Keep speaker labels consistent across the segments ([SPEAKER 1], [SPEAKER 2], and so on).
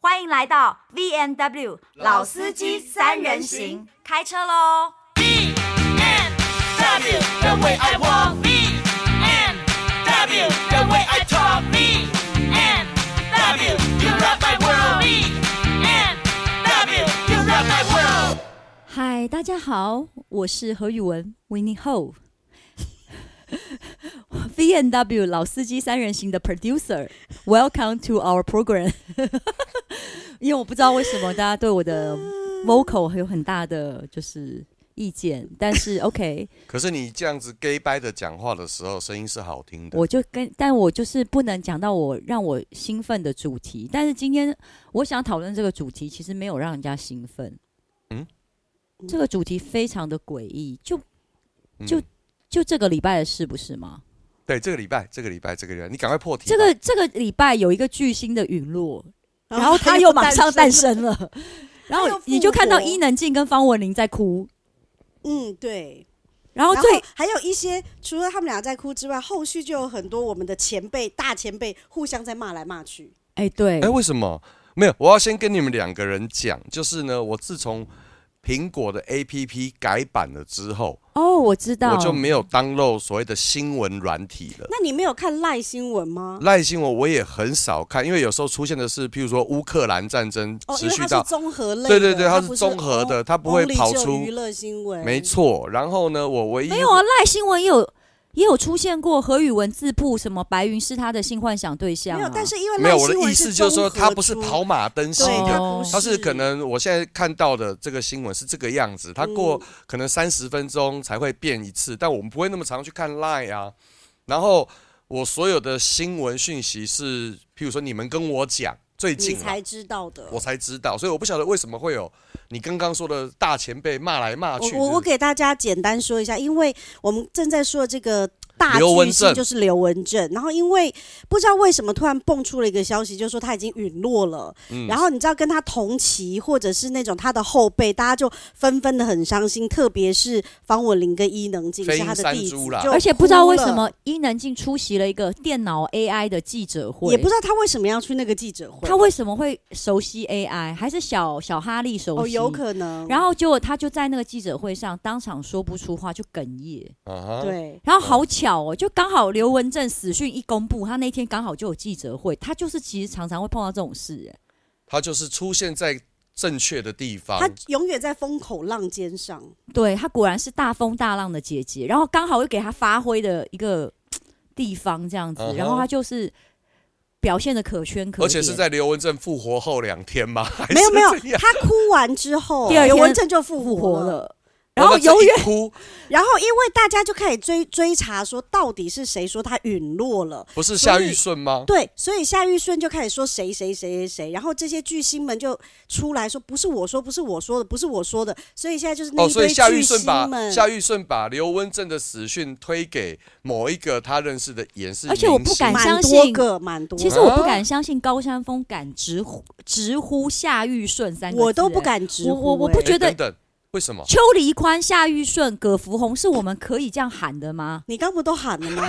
[SPEAKER 1] 欢迎来到 V N W 老司机三人行，开车喽！
[SPEAKER 2] B and E W, the way I walk. B and W, the way I talk. B and W, you rock my world. E B and W, you rock my world.
[SPEAKER 3] 嗨，大家好，我是何宇文 w i n n i e Ho。V N W 老司机三人行的 producer，Welcome to our program 因为我不知道为什么大家对我的 vocal 有很大的就是意见，但是 OK，
[SPEAKER 4] 可是你这样子 gay 掰的讲话的时候，声音是好听的。
[SPEAKER 3] 我就跟，但我就是不能讲到我让我兴奋的主题。但是今天我想讨论这个主题，其实没有让人家兴奋。
[SPEAKER 4] 嗯，
[SPEAKER 3] 这个主题非常的诡异，就
[SPEAKER 4] 嗯
[SPEAKER 3] 就就这个礼拜的事不是吗？
[SPEAKER 4] 对这个礼拜，这个礼拜，这个礼拜，你赶快破题吧。
[SPEAKER 3] 这个这个礼拜有一个巨星的陨落，
[SPEAKER 5] 哦
[SPEAKER 3] 然后他又马上诞生 了，然
[SPEAKER 5] 他又
[SPEAKER 3] 后
[SPEAKER 5] 复
[SPEAKER 3] 你就看到
[SPEAKER 5] 活
[SPEAKER 3] 伊能静跟方文琳在哭，
[SPEAKER 5] 嗯，对。
[SPEAKER 3] 然后
[SPEAKER 5] 然后
[SPEAKER 3] 最
[SPEAKER 5] 还有一些，除了他们俩在哭之外，后续就有很多我们的前辈、大前辈互相在骂来骂去。
[SPEAKER 3] 哎对
[SPEAKER 4] 哎、，为什么没有？我要先跟你们两个人讲，就是呢，我自从苹果的 APP 改版了之后，
[SPEAKER 3] 哦我知道，
[SPEAKER 4] 我就没有 download 所谓的新闻软体了。
[SPEAKER 5] 那你没有看赖新闻吗？
[SPEAKER 4] 赖新闻我也很少看，因为有时候出现的是，譬如说乌克兰战争
[SPEAKER 5] 哦，因
[SPEAKER 4] 持
[SPEAKER 5] 为
[SPEAKER 4] 续
[SPEAKER 5] 它
[SPEAKER 4] 到
[SPEAKER 5] 是综合类的，
[SPEAKER 4] 对对对
[SPEAKER 5] 它
[SPEAKER 4] 它是
[SPEAKER 5] 不哦
[SPEAKER 4] 综合的
[SPEAKER 5] on-
[SPEAKER 4] 它不会
[SPEAKER 5] only
[SPEAKER 4] 跑
[SPEAKER 5] 只有
[SPEAKER 4] 出
[SPEAKER 5] 娱乐新闻。
[SPEAKER 4] 没错。然后呢，我唯一
[SPEAKER 3] 没有啊，赖新闻也有也有出现过何宇文字曝什么白云是他的性幻想对象、啊，
[SPEAKER 5] 没有，但是因为
[SPEAKER 4] 没
[SPEAKER 5] 赖
[SPEAKER 4] 有我
[SPEAKER 5] 新
[SPEAKER 4] 的
[SPEAKER 5] 闻
[SPEAKER 4] 意思就是
[SPEAKER 5] 综合
[SPEAKER 4] 说，它不是
[SPEAKER 5] 出
[SPEAKER 4] 跑马灯型
[SPEAKER 5] 对，
[SPEAKER 4] 的
[SPEAKER 5] 它，
[SPEAKER 3] 哦
[SPEAKER 5] 不是，
[SPEAKER 4] 它是可能我现在看到的这个新闻是这个样子，
[SPEAKER 5] 嗯
[SPEAKER 4] 它过可能三十分钟才会变一次，但我们不会那么常去看 Line 啊。然后我所有的新闻讯息是，譬如说你们跟我讲最
[SPEAKER 5] 你
[SPEAKER 4] 近啊
[SPEAKER 5] 才知道的。
[SPEAKER 4] 我才知道，所以我不晓得为什么会有你刚刚说的大前辈骂来骂
[SPEAKER 5] 我
[SPEAKER 4] 去。
[SPEAKER 5] 我我
[SPEAKER 4] 就是
[SPEAKER 5] 给大家简单说一下，因为我们正在说这个大
[SPEAKER 4] 刘文
[SPEAKER 5] 巨星
[SPEAKER 4] 正
[SPEAKER 5] 就是刘文正，然后因为不知道为什么突然蹦出了一个消息，就说他已经陨落了。
[SPEAKER 4] 嗯
[SPEAKER 5] 然后你知道跟他同期或者是那种他的后辈，大家就纷纷的很伤心，特别是方文琳跟伊能静
[SPEAKER 4] 飞
[SPEAKER 5] 是
[SPEAKER 4] 鹰
[SPEAKER 5] 他的
[SPEAKER 4] 三
[SPEAKER 5] 弟子
[SPEAKER 4] 猪啦，
[SPEAKER 5] 就
[SPEAKER 3] 而且不知道为什
[SPEAKER 5] 哭
[SPEAKER 3] 么
[SPEAKER 5] 了，
[SPEAKER 3] 伊能静出席了一个电脑 AI 的记者会，
[SPEAKER 5] 也不知道他为什么要去那个记者会，
[SPEAKER 3] 他为什么会熟悉 AI，还是小小哈利
[SPEAKER 4] 嗯
[SPEAKER 3] 熟
[SPEAKER 5] 哦
[SPEAKER 3] 悉？
[SPEAKER 5] 有可能，
[SPEAKER 3] 然
[SPEAKER 5] 后
[SPEAKER 3] 后结果他就在那个记者会上当场说不出话，就哽咽。
[SPEAKER 4] 啊哈，
[SPEAKER 5] 对。
[SPEAKER 3] 然后好巧哦，就刚好刘文正死讯一公布，他那天刚好就有记者会，他就是其实常常会碰到这种事。哎
[SPEAKER 4] 他就是出现在正确的地方
[SPEAKER 5] 他。永远在风口浪尖上，
[SPEAKER 3] 对他果然是大风大浪的姐姐，然后刚好又给他发挥的一个地方这样子
[SPEAKER 4] 嗯哼
[SPEAKER 3] 然后他就是表现的可圈
[SPEAKER 5] 啊
[SPEAKER 3] 可点，
[SPEAKER 4] 而且是在刘文正复活后两天吗？还是
[SPEAKER 5] 没有没有
[SPEAKER 4] 怎，样
[SPEAKER 5] 他哭完之后，
[SPEAKER 3] 第二天
[SPEAKER 5] 刘文正就复
[SPEAKER 3] 复活
[SPEAKER 5] 了。
[SPEAKER 3] 了，然后
[SPEAKER 4] 那这
[SPEAKER 3] 永
[SPEAKER 4] 一
[SPEAKER 3] 远
[SPEAKER 4] 哭
[SPEAKER 5] 然后因为大家就开始追追查，说到底是谁说他陨落了。
[SPEAKER 4] 不是
[SPEAKER 5] 所
[SPEAKER 4] 夏
[SPEAKER 5] 以
[SPEAKER 4] 玉顺吗？
[SPEAKER 5] 对，所以夏玉顺就开始说谁谁谁谁谁，然后这些巨星们就出来说不是我说，不是我说的，不是我说的，所以现在就是那
[SPEAKER 4] 哦，
[SPEAKER 5] 一
[SPEAKER 4] 所
[SPEAKER 5] 堆
[SPEAKER 4] 以夏玉
[SPEAKER 5] 巨
[SPEAKER 4] 顺
[SPEAKER 5] 星
[SPEAKER 4] 把
[SPEAKER 5] 们，
[SPEAKER 4] 夏玉顺把刘文正的死讯推给某一个他认识的演示，
[SPEAKER 3] 而且我不敢
[SPEAKER 5] 蛮
[SPEAKER 3] 相
[SPEAKER 5] 多
[SPEAKER 3] 信
[SPEAKER 5] 个，蛮多个，
[SPEAKER 3] 其实我不敢相信高山峰敢直呼直呼夏玉顺三个字，
[SPEAKER 5] 我都不
[SPEAKER 3] 哎。
[SPEAKER 5] 敢直
[SPEAKER 3] 我我我不
[SPEAKER 5] 欸
[SPEAKER 3] 觉得
[SPEAKER 4] 等等，为什么？
[SPEAKER 3] 邱黎宽、夏玉顺、葛福洪是我们可以这样喊的吗？
[SPEAKER 5] 你刚不都喊了吗？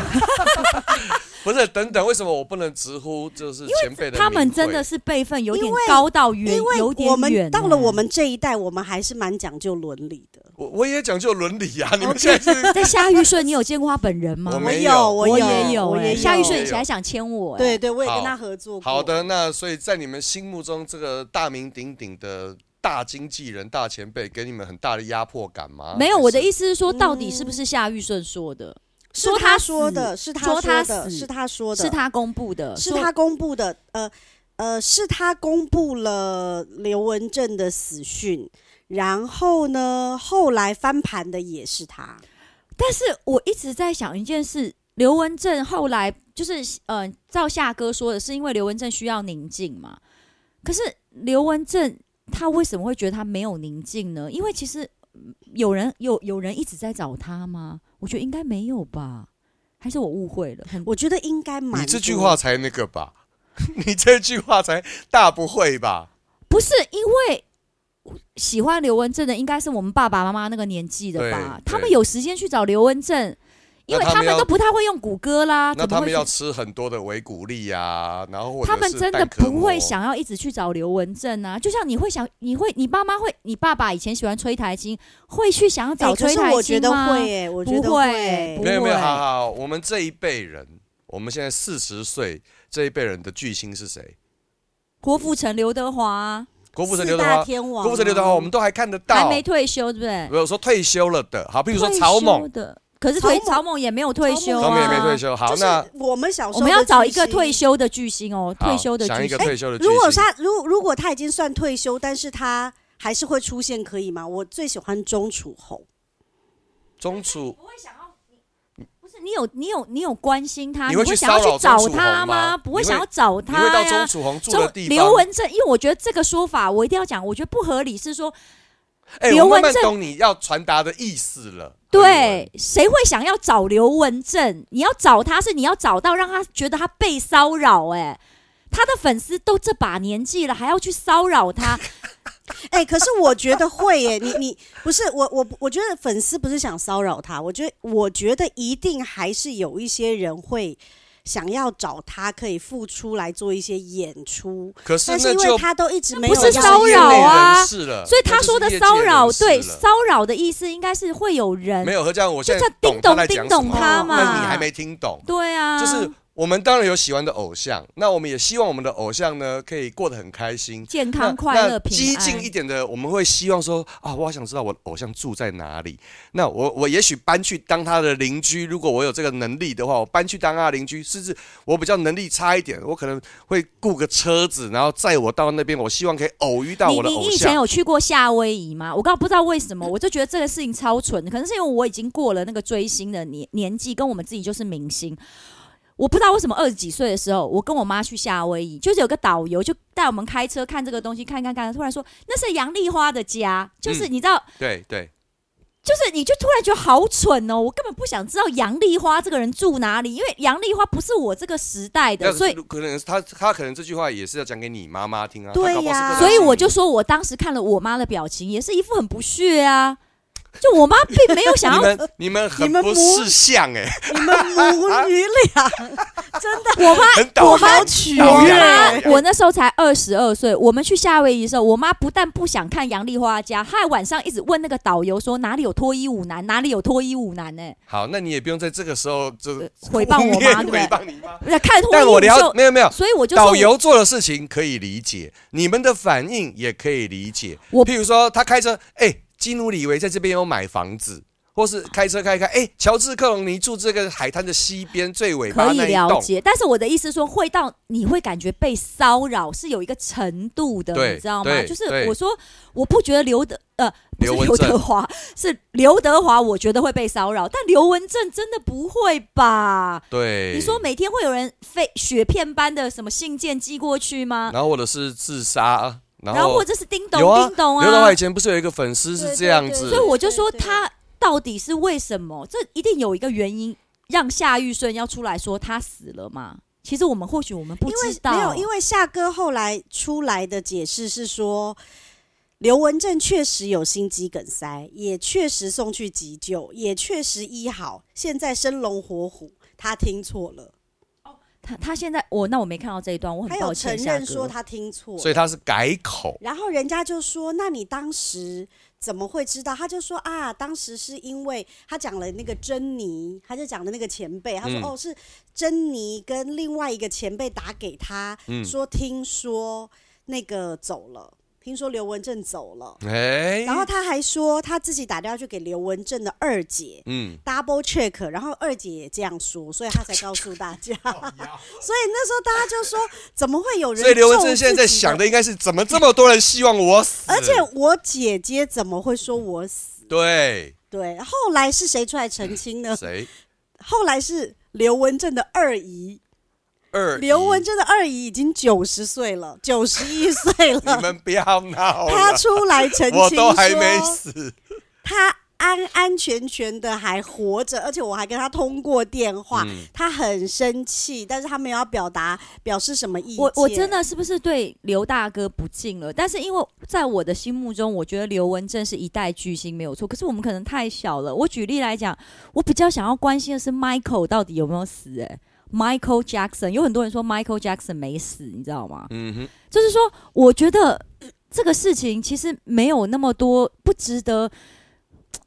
[SPEAKER 4] 不是等等，为什么我不能直呼就是前辈的名讳？
[SPEAKER 3] 他们真的是辈分有点
[SPEAKER 5] 因为
[SPEAKER 3] 高到远，
[SPEAKER 5] 因为
[SPEAKER 3] 有点
[SPEAKER 5] 我们
[SPEAKER 3] 远。哦
[SPEAKER 5] 到了我，们这一代，我们还是蛮讲究伦理的。
[SPEAKER 4] 我我也讲究伦理啊！你们现 在是
[SPEAKER 3] 在夏玉顺，你有见过他本人吗？
[SPEAKER 4] 我
[SPEAKER 5] 我
[SPEAKER 4] 没有
[SPEAKER 5] 有，
[SPEAKER 3] 我
[SPEAKER 5] 有，
[SPEAKER 3] 也有
[SPEAKER 5] 我
[SPEAKER 3] 哎、
[SPEAKER 5] 也
[SPEAKER 3] 夏玉
[SPEAKER 5] 有
[SPEAKER 3] 顺以前还想牵我、哎
[SPEAKER 5] 对，对，我也
[SPEAKER 4] 好
[SPEAKER 5] 跟他合作过。
[SPEAKER 4] 好的。那所以在你们心目中，这个大名鼎鼎的大经纪人、大前辈，给你们很大的压迫感吗？
[SPEAKER 3] 没有我的意
[SPEAKER 4] 思。
[SPEAKER 3] 思是
[SPEAKER 5] 嗯
[SPEAKER 3] 说，到底是不是夏玉顺说的？
[SPEAKER 5] 是
[SPEAKER 3] 说他
[SPEAKER 5] 他
[SPEAKER 3] 死
[SPEAKER 5] 说的，是他
[SPEAKER 3] 说他
[SPEAKER 5] 的，
[SPEAKER 3] 死
[SPEAKER 5] 是他说的，
[SPEAKER 3] 是他公布的？
[SPEAKER 5] 是
[SPEAKER 3] 说
[SPEAKER 5] 他公布的，呃呃，是他公布了刘文正的死讯，然后呢，后来翻盘的也是他，
[SPEAKER 3] 但是我一直在想一件事，刘文正后来就是呃，照夏哥说的是因为刘文正需要宁静嘛。可是刘文正他为什么会觉得他没有宁静呢？因为其实嗯有人有有人一直在找他吗？我觉得应该没有吧，还是我误会了？很
[SPEAKER 5] 我觉得应该蛮。
[SPEAKER 4] 你这句话，才那个吧？ 你这句话才大不会吧？
[SPEAKER 3] 不是因为喜欢刘文正的应该是我们爸爸妈妈那个年纪的吧
[SPEAKER 4] 对？
[SPEAKER 3] 他们
[SPEAKER 4] 对
[SPEAKER 3] 有时间去找刘文正。因为
[SPEAKER 4] 那他
[SPEAKER 3] 他
[SPEAKER 4] 们
[SPEAKER 3] 们
[SPEAKER 4] 要
[SPEAKER 3] 都不太会用谷歌啦，
[SPEAKER 4] 那
[SPEAKER 3] 啊怎么
[SPEAKER 4] 他们
[SPEAKER 3] 会
[SPEAKER 4] 要
[SPEAKER 3] 去？
[SPEAKER 4] 吃很多的维骨力啊，然后或者
[SPEAKER 3] 他们
[SPEAKER 4] 是哦
[SPEAKER 3] 真的
[SPEAKER 4] 蛋壳
[SPEAKER 3] 不会
[SPEAKER 4] 膜
[SPEAKER 3] 想要一直去找刘文正啊，就像你会想，你会，你爸妈会，你爸爸以前喜欢崔台青，会去想要
[SPEAKER 5] 哎
[SPEAKER 3] 找
[SPEAKER 5] 可
[SPEAKER 3] 崔
[SPEAKER 5] 是
[SPEAKER 3] 台
[SPEAKER 5] 我觉
[SPEAKER 3] 青
[SPEAKER 5] 得
[SPEAKER 3] 吗？
[SPEAKER 5] 会、哎，我觉得欸
[SPEAKER 3] 不会不
[SPEAKER 4] 没有没有，
[SPEAKER 3] 会
[SPEAKER 4] 好好，我们这一辈人，我们现在四十岁这一辈人的巨星是谁？
[SPEAKER 3] 郭富城、刘德华啊
[SPEAKER 4] 郭富城、
[SPEAKER 5] 四
[SPEAKER 4] 刘德
[SPEAKER 5] 大
[SPEAKER 4] 华、
[SPEAKER 5] 天王啊，
[SPEAKER 4] 郭富城、刘德华，我们都还看得到。
[SPEAKER 3] 还没
[SPEAKER 4] 没
[SPEAKER 3] 退休，对不对？
[SPEAKER 4] 有说退休了的，好，比
[SPEAKER 3] 比
[SPEAKER 4] 如说曹猛，
[SPEAKER 3] 的，可是退
[SPEAKER 5] 曹猛
[SPEAKER 3] 曹猛也没有退休啊，
[SPEAKER 4] 曹猛也没退休。好，
[SPEAKER 5] 就是
[SPEAKER 4] 那
[SPEAKER 5] 我们小时候
[SPEAKER 3] 我们要
[SPEAKER 5] 的
[SPEAKER 3] 找
[SPEAKER 5] 巨
[SPEAKER 3] 一个
[SPEAKER 5] 星
[SPEAKER 3] 退。休的巨星哦，
[SPEAKER 4] 好
[SPEAKER 3] 退休的
[SPEAKER 4] 想一
[SPEAKER 3] 巨
[SPEAKER 4] 个
[SPEAKER 3] 星。
[SPEAKER 4] 退休的巨星。
[SPEAKER 5] 如果他如如果他已经算退休，但是他还是会出现，可以吗？我最喜欢钟楚红，
[SPEAKER 4] 中楚，
[SPEAKER 3] 不是你有你有你有关心他，
[SPEAKER 4] 你
[SPEAKER 3] 你
[SPEAKER 4] 会去
[SPEAKER 3] 想要
[SPEAKER 4] 骚扰
[SPEAKER 3] 去找
[SPEAKER 4] 钟楚
[SPEAKER 3] 他
[SPEAKER 4] 红吗
[SPEAKER 3] 不
[SPEAKER 4] 你
[SPEAKER 3] 会
[SPEAKER 4] 会
[SPEAKER 3] 想要找
[SPEAKER 4] 你会
[SPEAKER 3] 他
[SPEAKER 4] 到钟
[SPEAKER 3] 呀？
[SPEAKER 4] 楚红住
[SPEAKER 3] 就
[SPEAKER 4] 的地方。
[SPEAKER 3] 刘文正，因为我觉得这个说法我一定要讲，我觉得不合理，是说
[SPEAKER 4] 哎，
[SPEAKER 3] 刘
[SPEAKER 4] 我慢
[SPEAKER 3] 文
[SPEAKER 4] 慢
[SPEAKER 3] 正
[SPEAKER 4] 懂你要传达的意思了。
[SPEAKER 3] 对谁会想要找刘文正？你要找他是你要找到让他觉得他被骚扰，哎，他的粉丝都这把年纪了，还要去骚扰 他，
[SPEAKER 5] 哎、可是我觉得会耶、你你不是我我我觉得粉丝不是想骚扰他，我觉得我觉得一定还是有一些人会想要找他，可以付出来做一些演出，
[SPEAKER 4] 可是
[SPEAKER 5] 但是
[SPEAKER 4] 那
[SPEAKER 5] 因
[SPEAKER 4] 就
[SPEAKER 5] 为他都一直没有
[SPEAKER 3] 不是
[SPEAKER 5] 要
[SPEAKER 3] 骚扰啊
[SPEAKER 4] 业内人士了
[SPEAKER 3] 所以他说的
[SPEAKER 4] 那就是业界
[SPEAKER 3] 骚扰，
[SPEAKER 4] 人士
[SPEAKER 3] 对
[SPEAKER 4] 了
[SPEAKER 3] 骚扰的意思应该是会有人
[SPEAKER 4] 没，有和这样，我现在
[SPEAKER 3] 就叫
[SPEAKER 4] 懂
[SPEAKER 3] 叮
[SPEAKER 4] 他
[SPEAKER 3] 咚
[SPEAKER 4] 在
[SPEAKER 3] 叮
[SPEAKER 4] 讲什
[SPEAKER 3] 咚
[SPEAKER 4] 么哦
[SPEAKER 5] 他嘛
[SPEAKER 4] 那你还没听懂。
[SPEAKER 3] 对啊，
[SPEAKER 4] 就是我们当然有喜欢的偶像，那我们也希望我们的偶像呢可以过得很开心。
[SPEAKER 3] 健
[SPEAKER 4] 那
[SPEAKER 3] 康、快
[SPEAKER 4] 那
[SPEAKER 3] 乐、平
[SPEAKER 4] 激
[SPEAKER 3] 安。
[SPEAKER 4] 进一点的，我们会希望说啊，我好想知道我的偶像住在哪里。那我我也许搬去当他的邻居，如果我有这个能力的话，我搬去当他的邻居，甚至我比较能力差一点，我可能会雇个车子，然后载我到那边。我希望可以偶遇到
[SPEAKER 3] 你
[SPEAKER 4] 我的
[SPEAKER 3] 你
[SPEAKER 4] 偶
[SPEAKER 3] 以前
[SPEAKER 4] 像。
[SPEAKER 3] 有去过夏威夷吗？我刚不知道为什么，我就觉得这个事情超蠢，可能是因为我已经过了那个追星的年年纪，跟我们自己就是明星。我不知道为什么二十几岁的时候，我跟我妈去夏威夷，就是有个导游就带我们开车看这个东西，看看看，突然说那是杨丽花的家，就是
[SPEAKER 4] 嗯
[SPEAKER 3] 你知道，
[SPEAKER 4] 对对，
[SPEAKER 3] 就是你就突然觉得好蠢哦，我根本不想知道杨丽花这个人住哪里，因为杨丽花不是我这个时代
[SPEAKER 4] 那
[SPEAKER 3] 的，所以
[SPEAKER 4] 可能是他他可能这句话也是要讲给你妈妈听啊。
[SPEAKER 5] 对
[SPEAKER 4] 他搞不好是
[SPEAKER 5] 呀
[SPEAKER 4] 跟他
[SPEAKER 3] 所以我就
[SPEAKER 4] 心里
[SPEAKER 3] 说，我当时看了我妈的表情，也是一副很不屑啊。就我妈并没有想
[SPEAKER 4] 你
[SPEAKER 3] 要，
[SPEAKER 4] 们你们
[SPEAKER 5] 你
[SPEAKER 4] 很
[SPEAKER 5] 们不
[SPEAKER 4] 不识相哎、
[SPEAKER 5] 你们母女俩真的
[SPEAKER 3] 我妈
[SPEAKER 4] 很
[SPEAKER 5] 我
[SPEAKER 4] 倒
[SPEAKER 5] 好
[SPEAKER 4] 霉。
[SPEAKER 5] 取
[SPEAKER 4] 导
[SPEAKER 3] 我
[SPEAKER 4] 演
[SPEAKER 5] 悦。
[SPEAKER 4] 哎
[SPEAKER 3] 妈，我那时候才二十二岁。我们去夏威夷的时候，我妈不但不想看杨丽花家，她还晚上一直问那个导游说哪里有脱衣舞男，哪里有脱衣舞男呢、
[SPEAKER 4] 好，那你也不用在这个时候就
[SPEAKER 3] 呃回谤我妈对不对
[SPEAKER 4] 回谤你妈。
[SPEAKER 3] 欸？看脱
[SPEAKER 4] 但
[SPEAKER 3] 衣舞
[SPEAKER 4] 我了
[SPEAKER 3] 就，
[SPEAKER 4] 没有没有，
[SPEAKER 3] 所以我就说
[SPEAKER 4] 导游做的事情可以理解，你们的反应也可以理解。
[SPEAKER 3] 我
[SPEAKER 4] 譬如说，他开车，哎、基努里维在这边有买房子，或是开车开一开，哎、乔治克隆尼住这个海滩的西边最尾巴
[SPEAKER 3] 可以
[SPEAKER 4] 那一
[SPEAKER 3] 了
[SPEAKER 4] 栋。
[SPEAKER 3] 解，但是我的意思说，会到你会感觉被骚扰是有一个程度的，
[SPEAKER 4] 对
[SPEAKER 3] 你知道吗？
[SPEAKER 4] 对
[SPEAKER 3] 就是
[SPEAKER 4] 对
[SPEAKER 3] 我说，我不觉得刘德呃不是
[SPEAKER 4] 刘文
[SPEAKER 3] 刘德
[SPEAKER 4] 正
[SPEAKER 3] 华是刘德华，我觉得会被骚扰，但刘文正真的不会吧？
[SPEAKER 4] 对，
[SPEAKER 3] 你说，每天会有人飞雪片般的什么信件寄过去
[SPEAKER 5] 啊
[SPEAKER 3] 吗？
[SPEAKER 4] 然后或者是自杀，然
[SPEAKER 3] 然后
[SPEAKER 4] 后
[SPEAKER 3] 或者是叮
[SPEAKER 4] 有
[SPEAKER 3] 咚
[SPEAKER 4] 啊，
[SPEAKER 3] 叮咚
[SPEAKER 4] 刘德华以前不是有一个粉丝
[SPEAKER 5] 对
[SPEAKER 4] 是
[SPEAKER 5] 对
[SPEAKER 4] 这样
[SPEAKER 5] 对
[SPEAKER 4] 子
[SPEAKER 3] 所以，我就说
[SPEAKER 5] 对对
[SPEAKER 3] 他到底是为什么？这一定有一个原因让夏玉顺要出来说他死了嘛？其实我们或许我们不
[SPEAKER 5] 因为
[SPEAKER 3] 知道，
[SPEAKER 5] 没有，因为夏哥后来出来的解释是说，刘文正确实有心肌梗塞，也确实送去急救，也确实医好，现在生龙活虎。他听错了，
[SPEAKER 3] 他他现在我那我没看到这一段，我
[SPEAKER 5] 他
[SPEAKER 3] 很
[SPEAKER 5] 有
[SPEAKER 3] 抱
[SPEAKER 5] 承
[SPEAKER 3] 歉。
[SPEAKER 5] 认
[SPEAKER 3] 夏哥
[SPEAKER 5] 说他听错了
[SPEAKER 4] 所以他是改口。
[SPEAKER 5] 然后人家就说：“那你当时怎么会知道？”他就说：“啊，当时是因为他讲了那个珍妮，他就讲的那个前辈，他说、
[SPEAKER 4] 嗯
[SPEAKER 5] 哦是珍妮跟另外一个前辈打给他，
[SPEAKER 4] 嗯
[SPEAKER 5] 说听说那个走了，听说刘文正走了。”
[SPEAKER 4] 哎、
[SPEAKER 5] 然后他还说他自己打电话去给刘文正的二姐
[SPEAKER 4] 嗯，
[SPEAKER 5] double check，然后二姐也这样说，所以他才告诉大 家。 所以那时候大家就说，怎么会有人？
[SPEAKER 4] 哦所以刘文正现在在想
[SPEAKER 5] 的，
[SPEAKER 4] 的应该是怎么这么多人希望我死，
[SPEAKER 5] 而且我姐姐怎么会说我死？
[SPEAKER 4] 对
[SPEAKER 5] 对，后来是谁出来澄清呢？
[SPEAKER 4] 谁
[SPEAKER 5] 后来是刘文正的二姨，
[SPEAKER 4] 二
[SPEAKER 5] 刘文
[SPEAKER 4] 正，
[SPEAKER 5] 正的二姨已经九十岁了，九十一岁
[SPEAKER 4] 你
[SPEAKER 5] 了，
[SPEAKER 4] 们不要闹
[SPEAKER 5] 她
[SPEAKER 4] 了，
[SPEAKER 5] 啊出来澄清
[SPEAKER 4] 我
[SPEAKER 5] 说，
[SPEAKER 4] 都还没死，
[SPEAKER 5] 她安安全全的还活着，而且我还跟他通过电话，他很生气，但是他没有要表达表示什么意见。
[SPEAKER 3] 我我真的是不是对刘大哥不敬了？但是因为在我的心目中，我觉得刘文正是一代巨星没有错。可是我们可能太小了。我举例来讲，我比较想要关心的是 Michael 到底有没有死、欸？哎，Michael Jackson 有很多人说 Michael Jackson 没死，你知道吗？
[SPEAKER 4] 嗯哼，
[SPEAKER 3] 就是说，我觉得呃这个事情其实没有那么多不值得。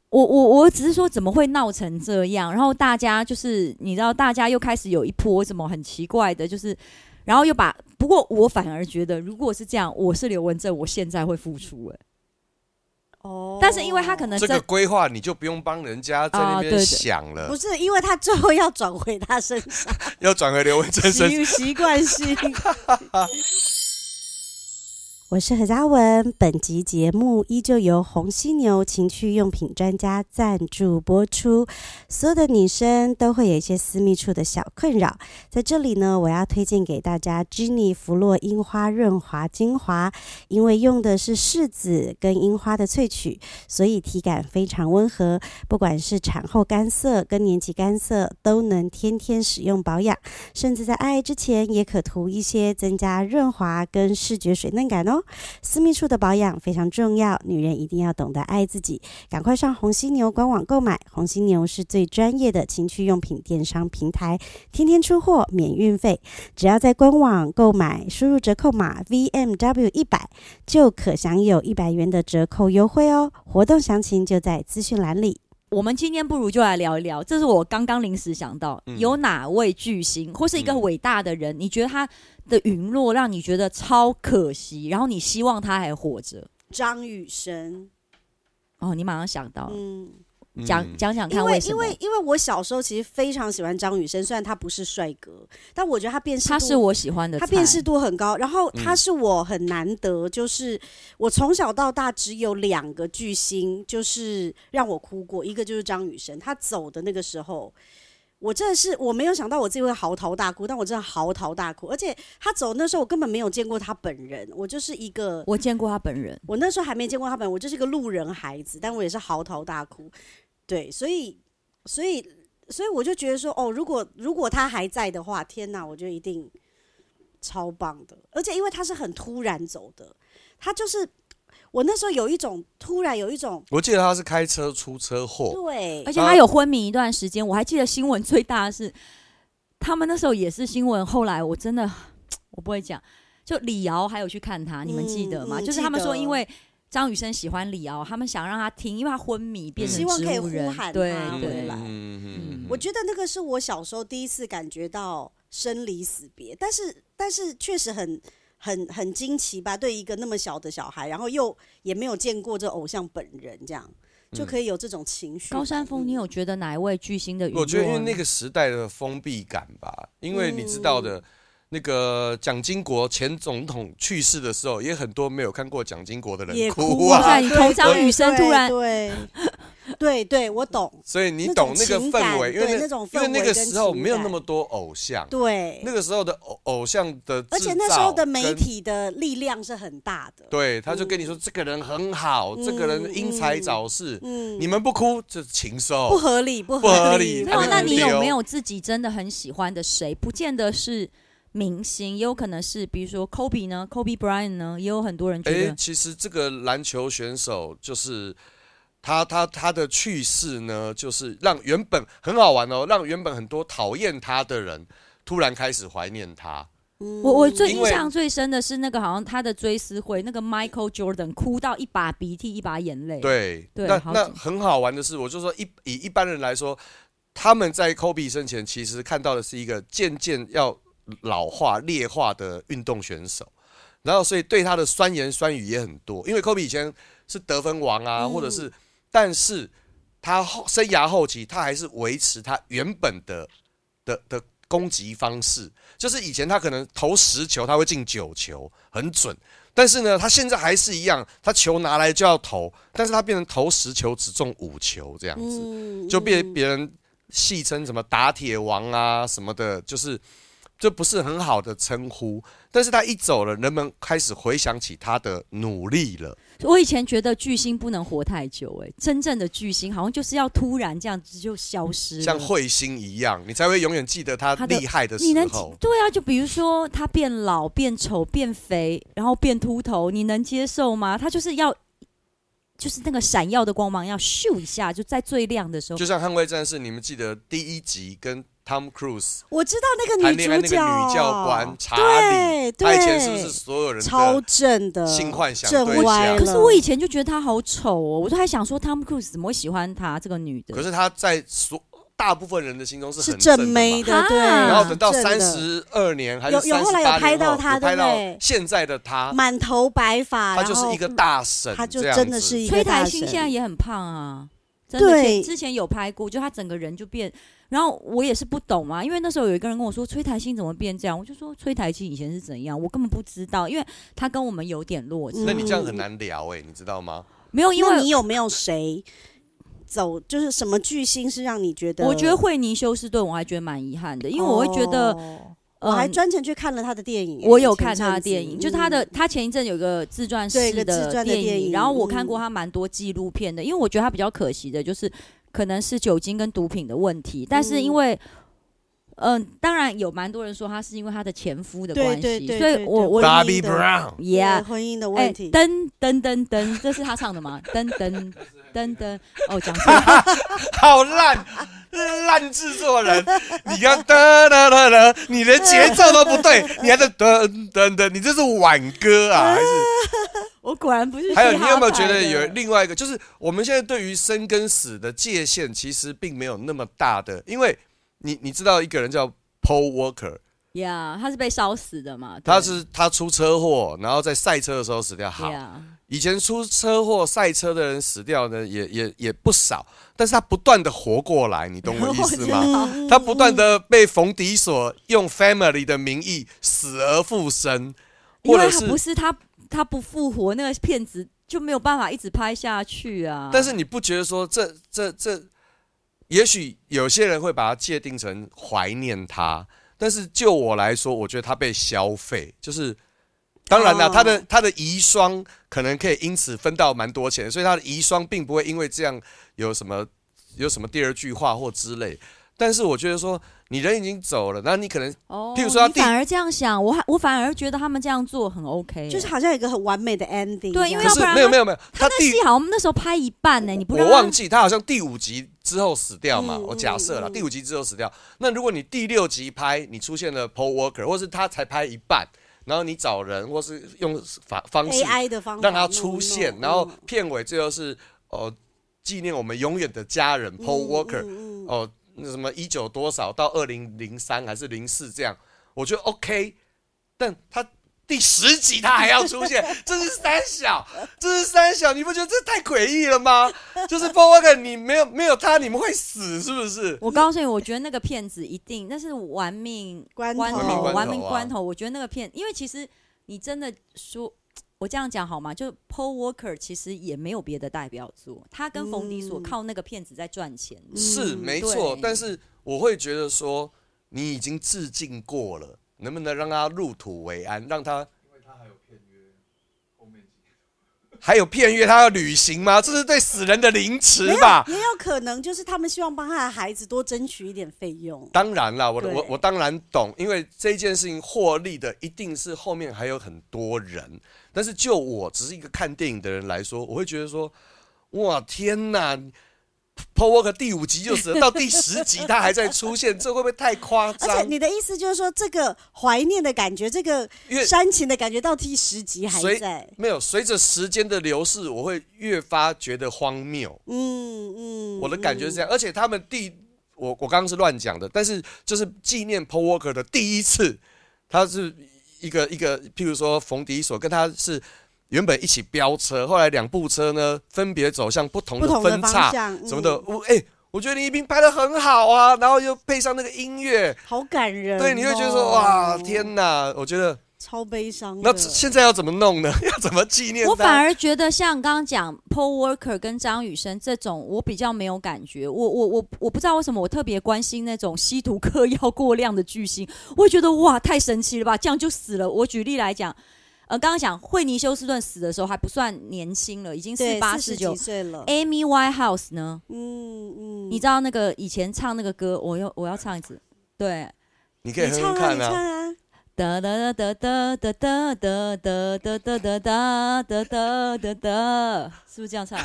[SPEAKER 3] 我我我只是说怎么会闹成这样，然后大家就是你知道，大家又开始有一波什么很奇怪的，就是然后又把。不过我反而觉得，如果是这样，我是刘文正，我现在会付出、欸。
[SPEAKER 5] 哦
[SPEAKER 3] 但是因为他可能
[SPEAKER 4] 这
[SPEAKER 3] 真
[SPEAKER 4] 个规划你就不用帮人家在那
[SPEAKER 3] 啊对对
[SPEAKER 4] 边想了，
[SPEAKER 5] 不是因为他最后要转回他身上，
[SPEAKER 4] 要转回刘文正身上。
[SPEAKER 5] 习习惯性。我是何嘉文，本集节目依旧由红犀牛情趣用品专家赞助播出。所有的女生都会有一些私密处的小困扰，在这里呢，我要推荐给大家 Gini 芙洛樱花润滑精华，因为用的是柿子跟樱花的萃取，所以体感非常温和。不管是产后干涩、更年期干涩，都能天天使用保养。甚至在爱之前也可涂一些增加润滑跟视觉水嫩感哦。私密处的保养非常重要，女人一定要懂得爱自己。赶快上红犀牛官网购买，红犀牛是最专业的情趣用品电商平台，天天出货，免运费。只要在官网购买，输入折扣码 VMW 一百，就可享有一百元的折扣优惠哦。活动详情就在资讯栏里。
[SPEAKER 3] 我们今天不如就来聊一聊，这是我刚刚临时想到，
[SPEAKER 4] 嗯
[SPEAKER 3] 有哪位巨星或是一个
[SPEAKER 4] 嗯
[SPEAKER 3] 伟大的人，你觉得他的陨落让你觉得超可惜，然后你希望他还活着？
[SPEAKER 5] 张雨生，
[SPEAKER 3] 哦，你马上想到了，
[SPEAKER 5] 嗯。
[SPEAKER 3] 讲、
[SPEAKER 4] 嗯
[SPEAKER 3] 讲讲
[SPEAKER 5] 因
[SPEAKER 3] 看
[SPEAKER 5] 为
[SPEAKER 3] 什
[SPEAKER 5] 因
[SPEAKER 3] 么？
[SPEAKER 5] 为因为我小时候其实非常喜欢张雨生，虽然他不是帅哥，但我觉得他辨识
[SPEAKER 3] 他
[SPEAKER 5] 度
[SPEAKER 3] 是我喜欢的菜，
[SPEAKER 5] 他辨识度很高。然后
[SPEAKER 4] 嗯
[SPEAKER 5] 他是我很难得，就是我从小到大只有两个巨星，就是让我哭过，一个就是张雨生，他走的那个时候。我真的是我没有想到我自己会嚎啕大哭，但我真的嚎啕大哭，而且他走那时候我根本没有见过他本人，我就是一个
[SPEAKER 3] 我见过他本人，
[SPEAKER 5] 我那时候还没见过他本人，我就是个路人孩子，但我也是嚎啕大哭。对，所以，所以，所以我就觉得说，哦，如果如果他还在的话，天哪，我就一定超棒的。而且因为他是很突然走的，他就是我那时候有一种突然有一种
[SPEAKER 4] 我记得他是开车出车祸，
[SPEAKER 5] 对
[SPEAKER 3] 而，且他有昏迷一段时间。我还记得新闻最大的是，他们那时候也是新闻，后来我真的我不会讲，就李敖还有去看他，你们记得吗？
[SPEAKER 5] 嗯嗯
[SPEAKER 3] 就是他们
[SPEAKER 5] 记得
[SPEAKER 3] 说因为。张雨生喜欢李敖，他们想让他听，因为他昏迷变
[SPEAKER 5] 嗯
[SPEAKER 3] 成
[SPEAKER 5] 希望
[SPEAKER 3] 植
[SPEAKER 5] 可以
[SPEAKER 3] 物
[SPEAKER 5] 呼
[SPEAKER 3] 人
[SPEAKER 5] 喊，
[SPEAKER 3] 对
[SPEAKER 5] 他回
[SPEAKER 3] 对
[SPEAKER 5] 来，
[SPEAKER 4] 嗯
[SPEAKER 5] 我觉得那个是我小时候第一次感觉到生离死别，但是但是确实很很很惊奇吧，对一个那么小的小孩，然后又也没有见过这偶像本人，这样
[SPEAKER 4] 嗯
[SPEAKER 5] 就可以有这种情绪反应。
[SPEAKER 3] 高山峰，你有觉得哪一位巨星的陨落？
[SPEAKER 4] 我觉得因为那个时代的封闭感吧，因为你知道
[SPEAKER 5] 嗯
[SPEAKER 4] 的，那个蒋经国前总统去世的时候，也很多没有看过蒋经国的
[SPEAKER 5] 也
[SPEAKER 4] 人
[SPEAKER 5] 哭
[SPEAKER 3] 哇
[SPEAKER 5] 啊
[SPEAKER 4] 啊，
[SPEAKER 3] 塞，你从张雨生突然
[SPEAKER 5] 对对对对，我懂，
[SPEAKER 4] 所以你
[SPEAKER 5] 那
[SPEAKER 4] 懂
[SPEAKER 5] 种
[SPEAKER 4] 那个
[SPEAKER 5] 情
[SPEAKER 4] 氛围，
[SPEAKER 5] 感
[SPEAKER 4] 因为
[SPEAKER 5] 对那种
[SPEAKER 4] 因为
[SPEAKER 5] 氛
[SPEAKER 4] 那
[SPEAKER 5] 围
[SPEAKER 4] 个
[SPEAKER 5] 跟
[SPEAKER 4] 时候
[SPEAKER 5] 情
[SPEAKER 4] 没有那
[SPEAKER 5] 感
[SPEAKER 4] 么多偶像，
[SPEAKER 5] 对
[SPEAKER 4] 那，个时候的偶偶像的制造
[SPEAKER 5] 而
[SPEAKER 4] 跟，
[SPEAKER 5] 且那时候的媒体嗯的力量是很大的。
[SPEAKER 4] 对，他就跟你说这个人很好，这个人因材早逝，
[SPEAKER 5] 嗯，
[SPEAKER 4] 你们不哭这是禽
[SPEAKER 5] 不
[SPEAKER 4] 兽，
[SPEAKER 5] 合理，不
[SPEAKER 4] 不合理
[SPEAKER 3] 没
[SPEAKER 4] 他
[SPEAKER 3] 有
[SPEAKER 4] 就，
[SPEAKER 3] 嗯那
[SPEAKER 4] 是
[SPEAKER 3] 你有
[SPEAKER 4] 丢
[SPEAKER 3] 没有自己真的很喜欢的谁？不见得是明星，也有可能是，比如说 Kobe 呢，Kobe Bryant 呢，也有很多人觉
[SPEAKER 4] 哎、
[SPEAKER 3] 得，
[SPEAKER 4] 其实这个篮球选手就是他他他的去世呢，就是让原本很好玩哦，让原本很多讨厌他的人突然开始怀念他。
[SPEAKER 3] 我我最
[SPEAKER 4] 嗯因
[SPEAKER 3] 印
[SPEAKER 4] 为
[SPEAKER 3] 象最深的是那个好像他的追思会，那个 Michael Jordan 哭到一把鼻涕一把眼泪，
[SPEAKER 4] 对，
[SPEAKER 3] 对
[SPEAKER 4] 那
[SPEAKER 3] 好
[SPEAKER 4] 那
[SPEAKER 3] 紧
[SPEAKER 4] 很好玩的是，我就说一以一般人来说，他们在 Kobe 生前其实看到的是一个渐渐要老化劣化的运动选手，然后所以对他的酸言酸语也很多，因为 Kobe 以前是得分王啊，
[SPEAKER 5] 嗯
[SPEAKER 4] 或者是，但是他后生涯后期他还是维持他原本的的的攻击方式，就是以前他可能投十球他会进九球，很准。但是呢，他现在还是一样，他球拿来就要投，但是他变成投十球只中五球这样子，
[SPEAKER 5] 嗯
[SPEAKER 4] 就被别人戏称什么打铁王啊什么的，就是这不是很好的称呼。但是他一走了，人们开始回想起他的努力了。
[SPEAKER 3] 我以前觉得巨星不能活太久、哎，真正的巨星好像就是要突然这样子就消失了，
[SPEAKER 4] 像彗星一样，你才会永远记得他
[SPEAKER 3] 他的
[SPEAKER 4] 厉害的
[SPEAKER 3] 你能
[SPEAKER 4] 时候。
[SPEAKER 3] 对啊，就比如说他变老、变丑、变肥，然后变秃头，你能接受吗？他就是要，就是那个闪耀的光芒要咻一下，就在最亮的时候
[SPEAKER 4] 就。像《捍卫战士》，你们记得第一集跟 Tom Cruise
[SPEAKER 5] 我知道那个
[SPEAKER 4] 谈
[SPEAKER 5] 女
[SPEAKER 4] 恋爱那个
[SPEAKER 5] 主角，
[SPEAKER 4] 女教官查
[SPEAKER 5] 对
[SPEAKER 4] 理，
[SPEAKER 5] 对，
[SPEAKER 4] 她以前是不是所有人
[SPEAKER 5] 超
[SPEAKER 4] 的
[SPEAKER 5] 正的
[SPEAKER 4] 性幻想
[SPEAKER 5] 正
[SPEAKER 4] 对
[SPEAKER 5] 歪
[SPEAKER 4] 象
[SPEAKER 5] 了？
[SPEAKER 3] 可是我以前就觉得他好丑哦，我都还想说 Tom Cruise 怎么会喜欢他这个女的？
[SPEAKER 4] 可是她在所大部分人的心中是
[SPEAKER 5] 是
[SPEAKER 4] 很正的嘛
[SPEAKER 5] 妹的，对。
[SPEAKER 3] 啊
[SPEAKER 4] 然后等到
[SPEAKER 5] 正
[SPEAKER 4] 三
[SPEAKER 5] 的
[SPEAKER 4] 十二年还是
[SPEAKER 5] 有有
[SPEAKER 4] 三
[SPEAKER 5] 后
[SPEAKER 4] 十
[SPEAKER 5] 来有
[SPEAKER 4] 八
[SPEAKER 5] 拍
[SPEAKER 4] 年
[SPEAKER 5] 到
[SPEAKER 4] 后，
[SPEAKER 5] 她
[SPEAKER 4] 有拍到
[SPEAKER 5] 对不对
[SPEAKER 4] 现在的她，
[SPEAKER 5] 满头白发，
[SPEAKER 4] 她就是一个大神
[SPEAKER 5] 然后，她就
[SPEAKER 4] 这样
[SPEAKER 5] 真的
[SPEAKER 4] 子
[SPEAKER 5] 是一
[SPEAKER 3] 崔
[SPEAKER 5] 个
[SPEAKER 3] 台
[SPEAKER 5] 大
[SPEAKER 3] 新
[SPEAKER 5] 神。
[SPEAKER 3] 现在也很胖啊，真的。
[SPEAKER 5] 对
[SPEAKER 3] 前之前有拍过，就他整个人就变。然后我也是不懂啊嘛，因为那时候有一个人跟我说崔台新怎么变这样，我就说崔台新以前是怎样，我根本不知道，因为他跟我们有点落差。
[SPEAKER 4] 那你这样很难聊哎、你知道吗？
[SPEAKER 3] 没有，因
[SPEAKER 5] 那
[SPEAKER 3] 为
[SPEAKER 5] 你有没有谁走？就是什么巨星是让你觉得？
[SPEAKER 3] 我觉得惠妮休斯顿我还觉得蛮遗憾的，因为我会觉得，
[SPEAKER 5] 哦
[SPEAKER 3] 呃
[SPEAKER 5] 我还专程去看了他的电影。
[SPEAKER 3] 我有
[SPEAKER 5] 前
[SPEAKER 3] 看他的
[SPEAKER 5] 阵子
[SPEAKER 3] 电影，就是他的，他前一阵有个自传式
[SPEAKER 5] 对一个自传的
[SPEAKER 3] 电
[SPEAKER 5] 电
[SPEAKER 3] 影，
[SPEAKER 5] 影嗯
[SPEAKER 3] 然后我看过他蛮多纪录片的，因为我觉得他比较可惜的就是可能是酒精跟毒品的问题，但是因为。嗯、当然有蛮多人说他是因为他的前夫的
[SPEAKER 5] 对
[SPEAKER 3] 关
[SPEAKER 5] 对
[SPEAKER 3] 系，
[SPEAKER 5] 对
[SPEAKER 3] 所以
[SPEAKER 5] 对
[SPEAKER 3] 我
[SPEAKER 5] 对
[SPEAKER 3] 我
[SPEAKER 5] 婚姻
[SPEAKER 4] Bobby
[SPEAKER 5] 的
[SPEAKER 4] Brown
[SPEAKER 5] 对
[SPEAKER 3] yeah，
[SPEAKER 5] 婚姻的
[SPEAKER 3] 哎
[SPEAKER 5] 问题。
[SPEAKER 3] 噔噔噔噔，这是他唱的吗？噔 噔噔噔，哦，讲错了，
[SPEAKER 4] 好烂，烂制作人！你刚哒哒哒哒，你连节奏都不对，你还在噔噔噔，你这是挽歌啊？还
[SPEAKER 5] 嗯
[SPEAKER 4] 是
[SPEAKER 3] 我果然不是。
[SPEAKER 4] 还有，你有没有觉得有？另外一个，就是我们现在对于生跟死的界限其实并没有那么大的，因为你你知道一个人叫 Paul Walker，
[SPEAKER 3] 呀，yeah, 他是被烧死的嘛？对
[SPEAKER 4] 他是他出车祸，然后在赛车的时候死掉。好，
[SPEAKER 3] Yeah
[SPEAKER 4] 以前出车祸赛车的人死掉呢，也也也不少，但是他不断的活过来，你懂我意思吗？
[SPEAKER 5] 嗯
[SPEAKER 4] 他不断的被冯迪所用 family 的名义死而复生，
[SPEAKER 3] 因
[SPEAKER 4] 或
[SPEAKER 3] 为
[SPEAKER 4] 者
[SPEAKER 3] 他
[SPEAKER 4] 是
[SPEAKER 3] 不，是他他不复活，那个片子就没有办法一直拍下去啊。
[SPEAKER 4] 但是你不觉得说这这这，也许有些人会把它界定成怀念他，但是就我来说，我觉得他被消费，就是。当然了，
[SPEAKER 5] 哦
[SPEAKER 4] 他的他的遗孀可能可以因此分到蛮多钱，所以他的遗孀并不会因为这样有什么有什么第二句话或之类。但是我觉得说，你人已经走了，那你可能
[SPEAKER 3] 哦，
[SPEAKER 4] 譬如说他
[SPEAKER 3] 你
[SPEAKER 4] 第
[SPEAKER 3] 反而这样想，我还我反而觉得他们这样做很 OK，欸
[SPEAKER 5] 就是好像有一个很完美的 ending 这样。
[SPEAKER 3] 对因为
[SPEAKER 4] 可
[SPEAKER 3] 要
[SPEAKER 4] 是
[SPEAKER 3] 不然
[SPEAKER 4] 没有
[SPEAKER 3] 他
[SPEAKER 4] 没有没有，
[SPEAKER 3] 他
[SPEAKER 4] 他
[SPEAKER 3] 那
[SPEAKER 4] 第
[SPEAKER 3] 戏好像那时候拍一半呢、你不让
[SPEAKER 4] 我
[SPEAKER 3] 他
[SPEAKER 4] 忘记他好像第五集之后死掉嘛，
[SPEAKER 5] 嗯
[SPEAKER 4] 我假设了、
[SPEAKER 5] 嗯嗯
[SPEAKER 4] 第五集之后死掉。那如果你第六集拍，你出现了 Paul Walker，或是他才拍一半，然后你找人或是用法方式
[SPEAKER 5] AI 的方法
[SPEAKER 4] 让他出现，
[SPEAKER 5] 弄一弄
[SPEAKER 4] 然后
[SPEAKER 5] 嗯
[SPEAKER 4] 片尾最后是呃纪念我们永远的家人 Paul Walker，哦、
[SPEAKER 5] 嗯嗯嗯
[SPEAKER 4] 那什么一九多少到二零零三还是零四这样，我觉得 OK，但他。第十集他还要出现，这是三小，这是三小，你不觉得这太诡异了吗？就是 Paul Walker，你没有没有他，你们会死是不是？
[SPEAKER 3] 我告诉你，我觉得那个片子一定那是玩命
[SPEAKER 5] 关
[SPEAKER 3] 关
[SPEAKER 5] 头
[SPEAKER 4] 玩命关头
[SPEAKER 3] 玩命
[SPEAKER 4] 啊
[SPEAKER 3] 关头。我觉得那个片，因为其实你真的说，我这样讲好吗？就 Paul Walker 其实也没有别的代表作，他跟冯迪所
[SPEAKER 5] 嗯
[SPEAKER 3] 靠那个片子在赚钱的。
[SPEAKER 4] 是
[SPEAKER 5] 嗯
[SPEAKER 4] 没错
[SPEAKER 3] 对，
[SPEAKER 4] 但是我会觉得说，你已经致敬过了，能不能让他入土为安，让他？因为他还有片约，后面还有片约，他要履行吗？这是对死人的凌迟吧？
[SPEAKER 5] 也有可能就是他们希望帮他的孩子多争取一点费用。
[SPEAKER 4] 当然啦，我
[SPEAKER 5] 对
[SPEAKER 4] 我我当然懂，因为这件事情获利的一定是后面还有很多人。但是就我只是一个看电影的人来说，我会觉得说，哇天哪！Paul Walker 第五集就死了，到第十集他还在出现，这会不会太夸
[SPEAKER 5] 而
[SPEAKER 4] 张？
[SPEAKER 5] 且你的意思就是说，这个怀念的感觉，这个
[SPEAKER 4] 因为
[SPEAKER 5] 煽情的感觉，到第十集还
[SPEAKER 4] 随
[SPEAKER 5] 在。
[SPEAKER 4] 没有随着时间的流逝，我会越发觉得荒谬。
[SPEAKER 5] 嗯嗯，
[SPEAKER 4] 我的感觉是这样，而且他们第我我刚刚是乱讲的，但是就是纪念 Paul Walker 的第一次，他是一个一个，譬如说冯迪索跟他是原本一起飙车，后来两部车呢分别走向不同
[SPEAKER 5] 不同的
[SPEAKER 4] 分
[SPEAKER 5] 方
[SPEAKER 4] 叉
[SPEAKER 5] 向
[SPEAKER 4] 什么的
[SPEAKER 5] 嗯，
[SPEAKER 4] 我哎、我觉得林一斌拍的很好啊，然后又配上那个音乐，
[SPEAKER 5] 好感人哦、
[SPEAKER 4] 对，你会觉得说哇，天哪！我觉得
[SPEAKER 5] 超悲伤的。
[SPEAKER 4] 那这现在要怎么弄呢？ 要怎么纪念他？
[SPEAKER 3] 我反而觉得像刚刚讲 Paul Walker 跟张雨生这种，我比较没有感觉。我我我我不知道为什么我特别关心那种吸毒嗑药过量的巨星，我会觉得哇太神奇了吧，这样就死了。我举例来讲，呃，刚刚讲惠尼休斯顿死的时候还不算年轻了，已经
[SPEAKER 5] 对
[SPEAKER 3] 四八
[SPEAKER 5] 十
[SPEAKER 3] 四
[SPEAKER 5] 几
[SPEAKER 3] 九。
[SPEAKER 5] 岁了，
[SPEAKER 3] Amy Winehouse 呢？
[SPEAKER 5] 嗯嗯，
[SPEAKER 3] 你知道那个以前唱那个歌，我又我要唱一次，对。
[SPEAKER 4] 你可以
[SPEAKER 5] 你
[SPEAKER 4] 哼
[SPEAKER 5] 唱
[SPEAKER 4] 哼
[SPEAKER 5] 啊，
[SPEAKER 4] 看
[SPEAKER 5] 你唱啊，
[SPEAKER 3] 哒哒哒哒哒哒哒哒哒哒哒哒哒哒哒哒，是不是这样唱？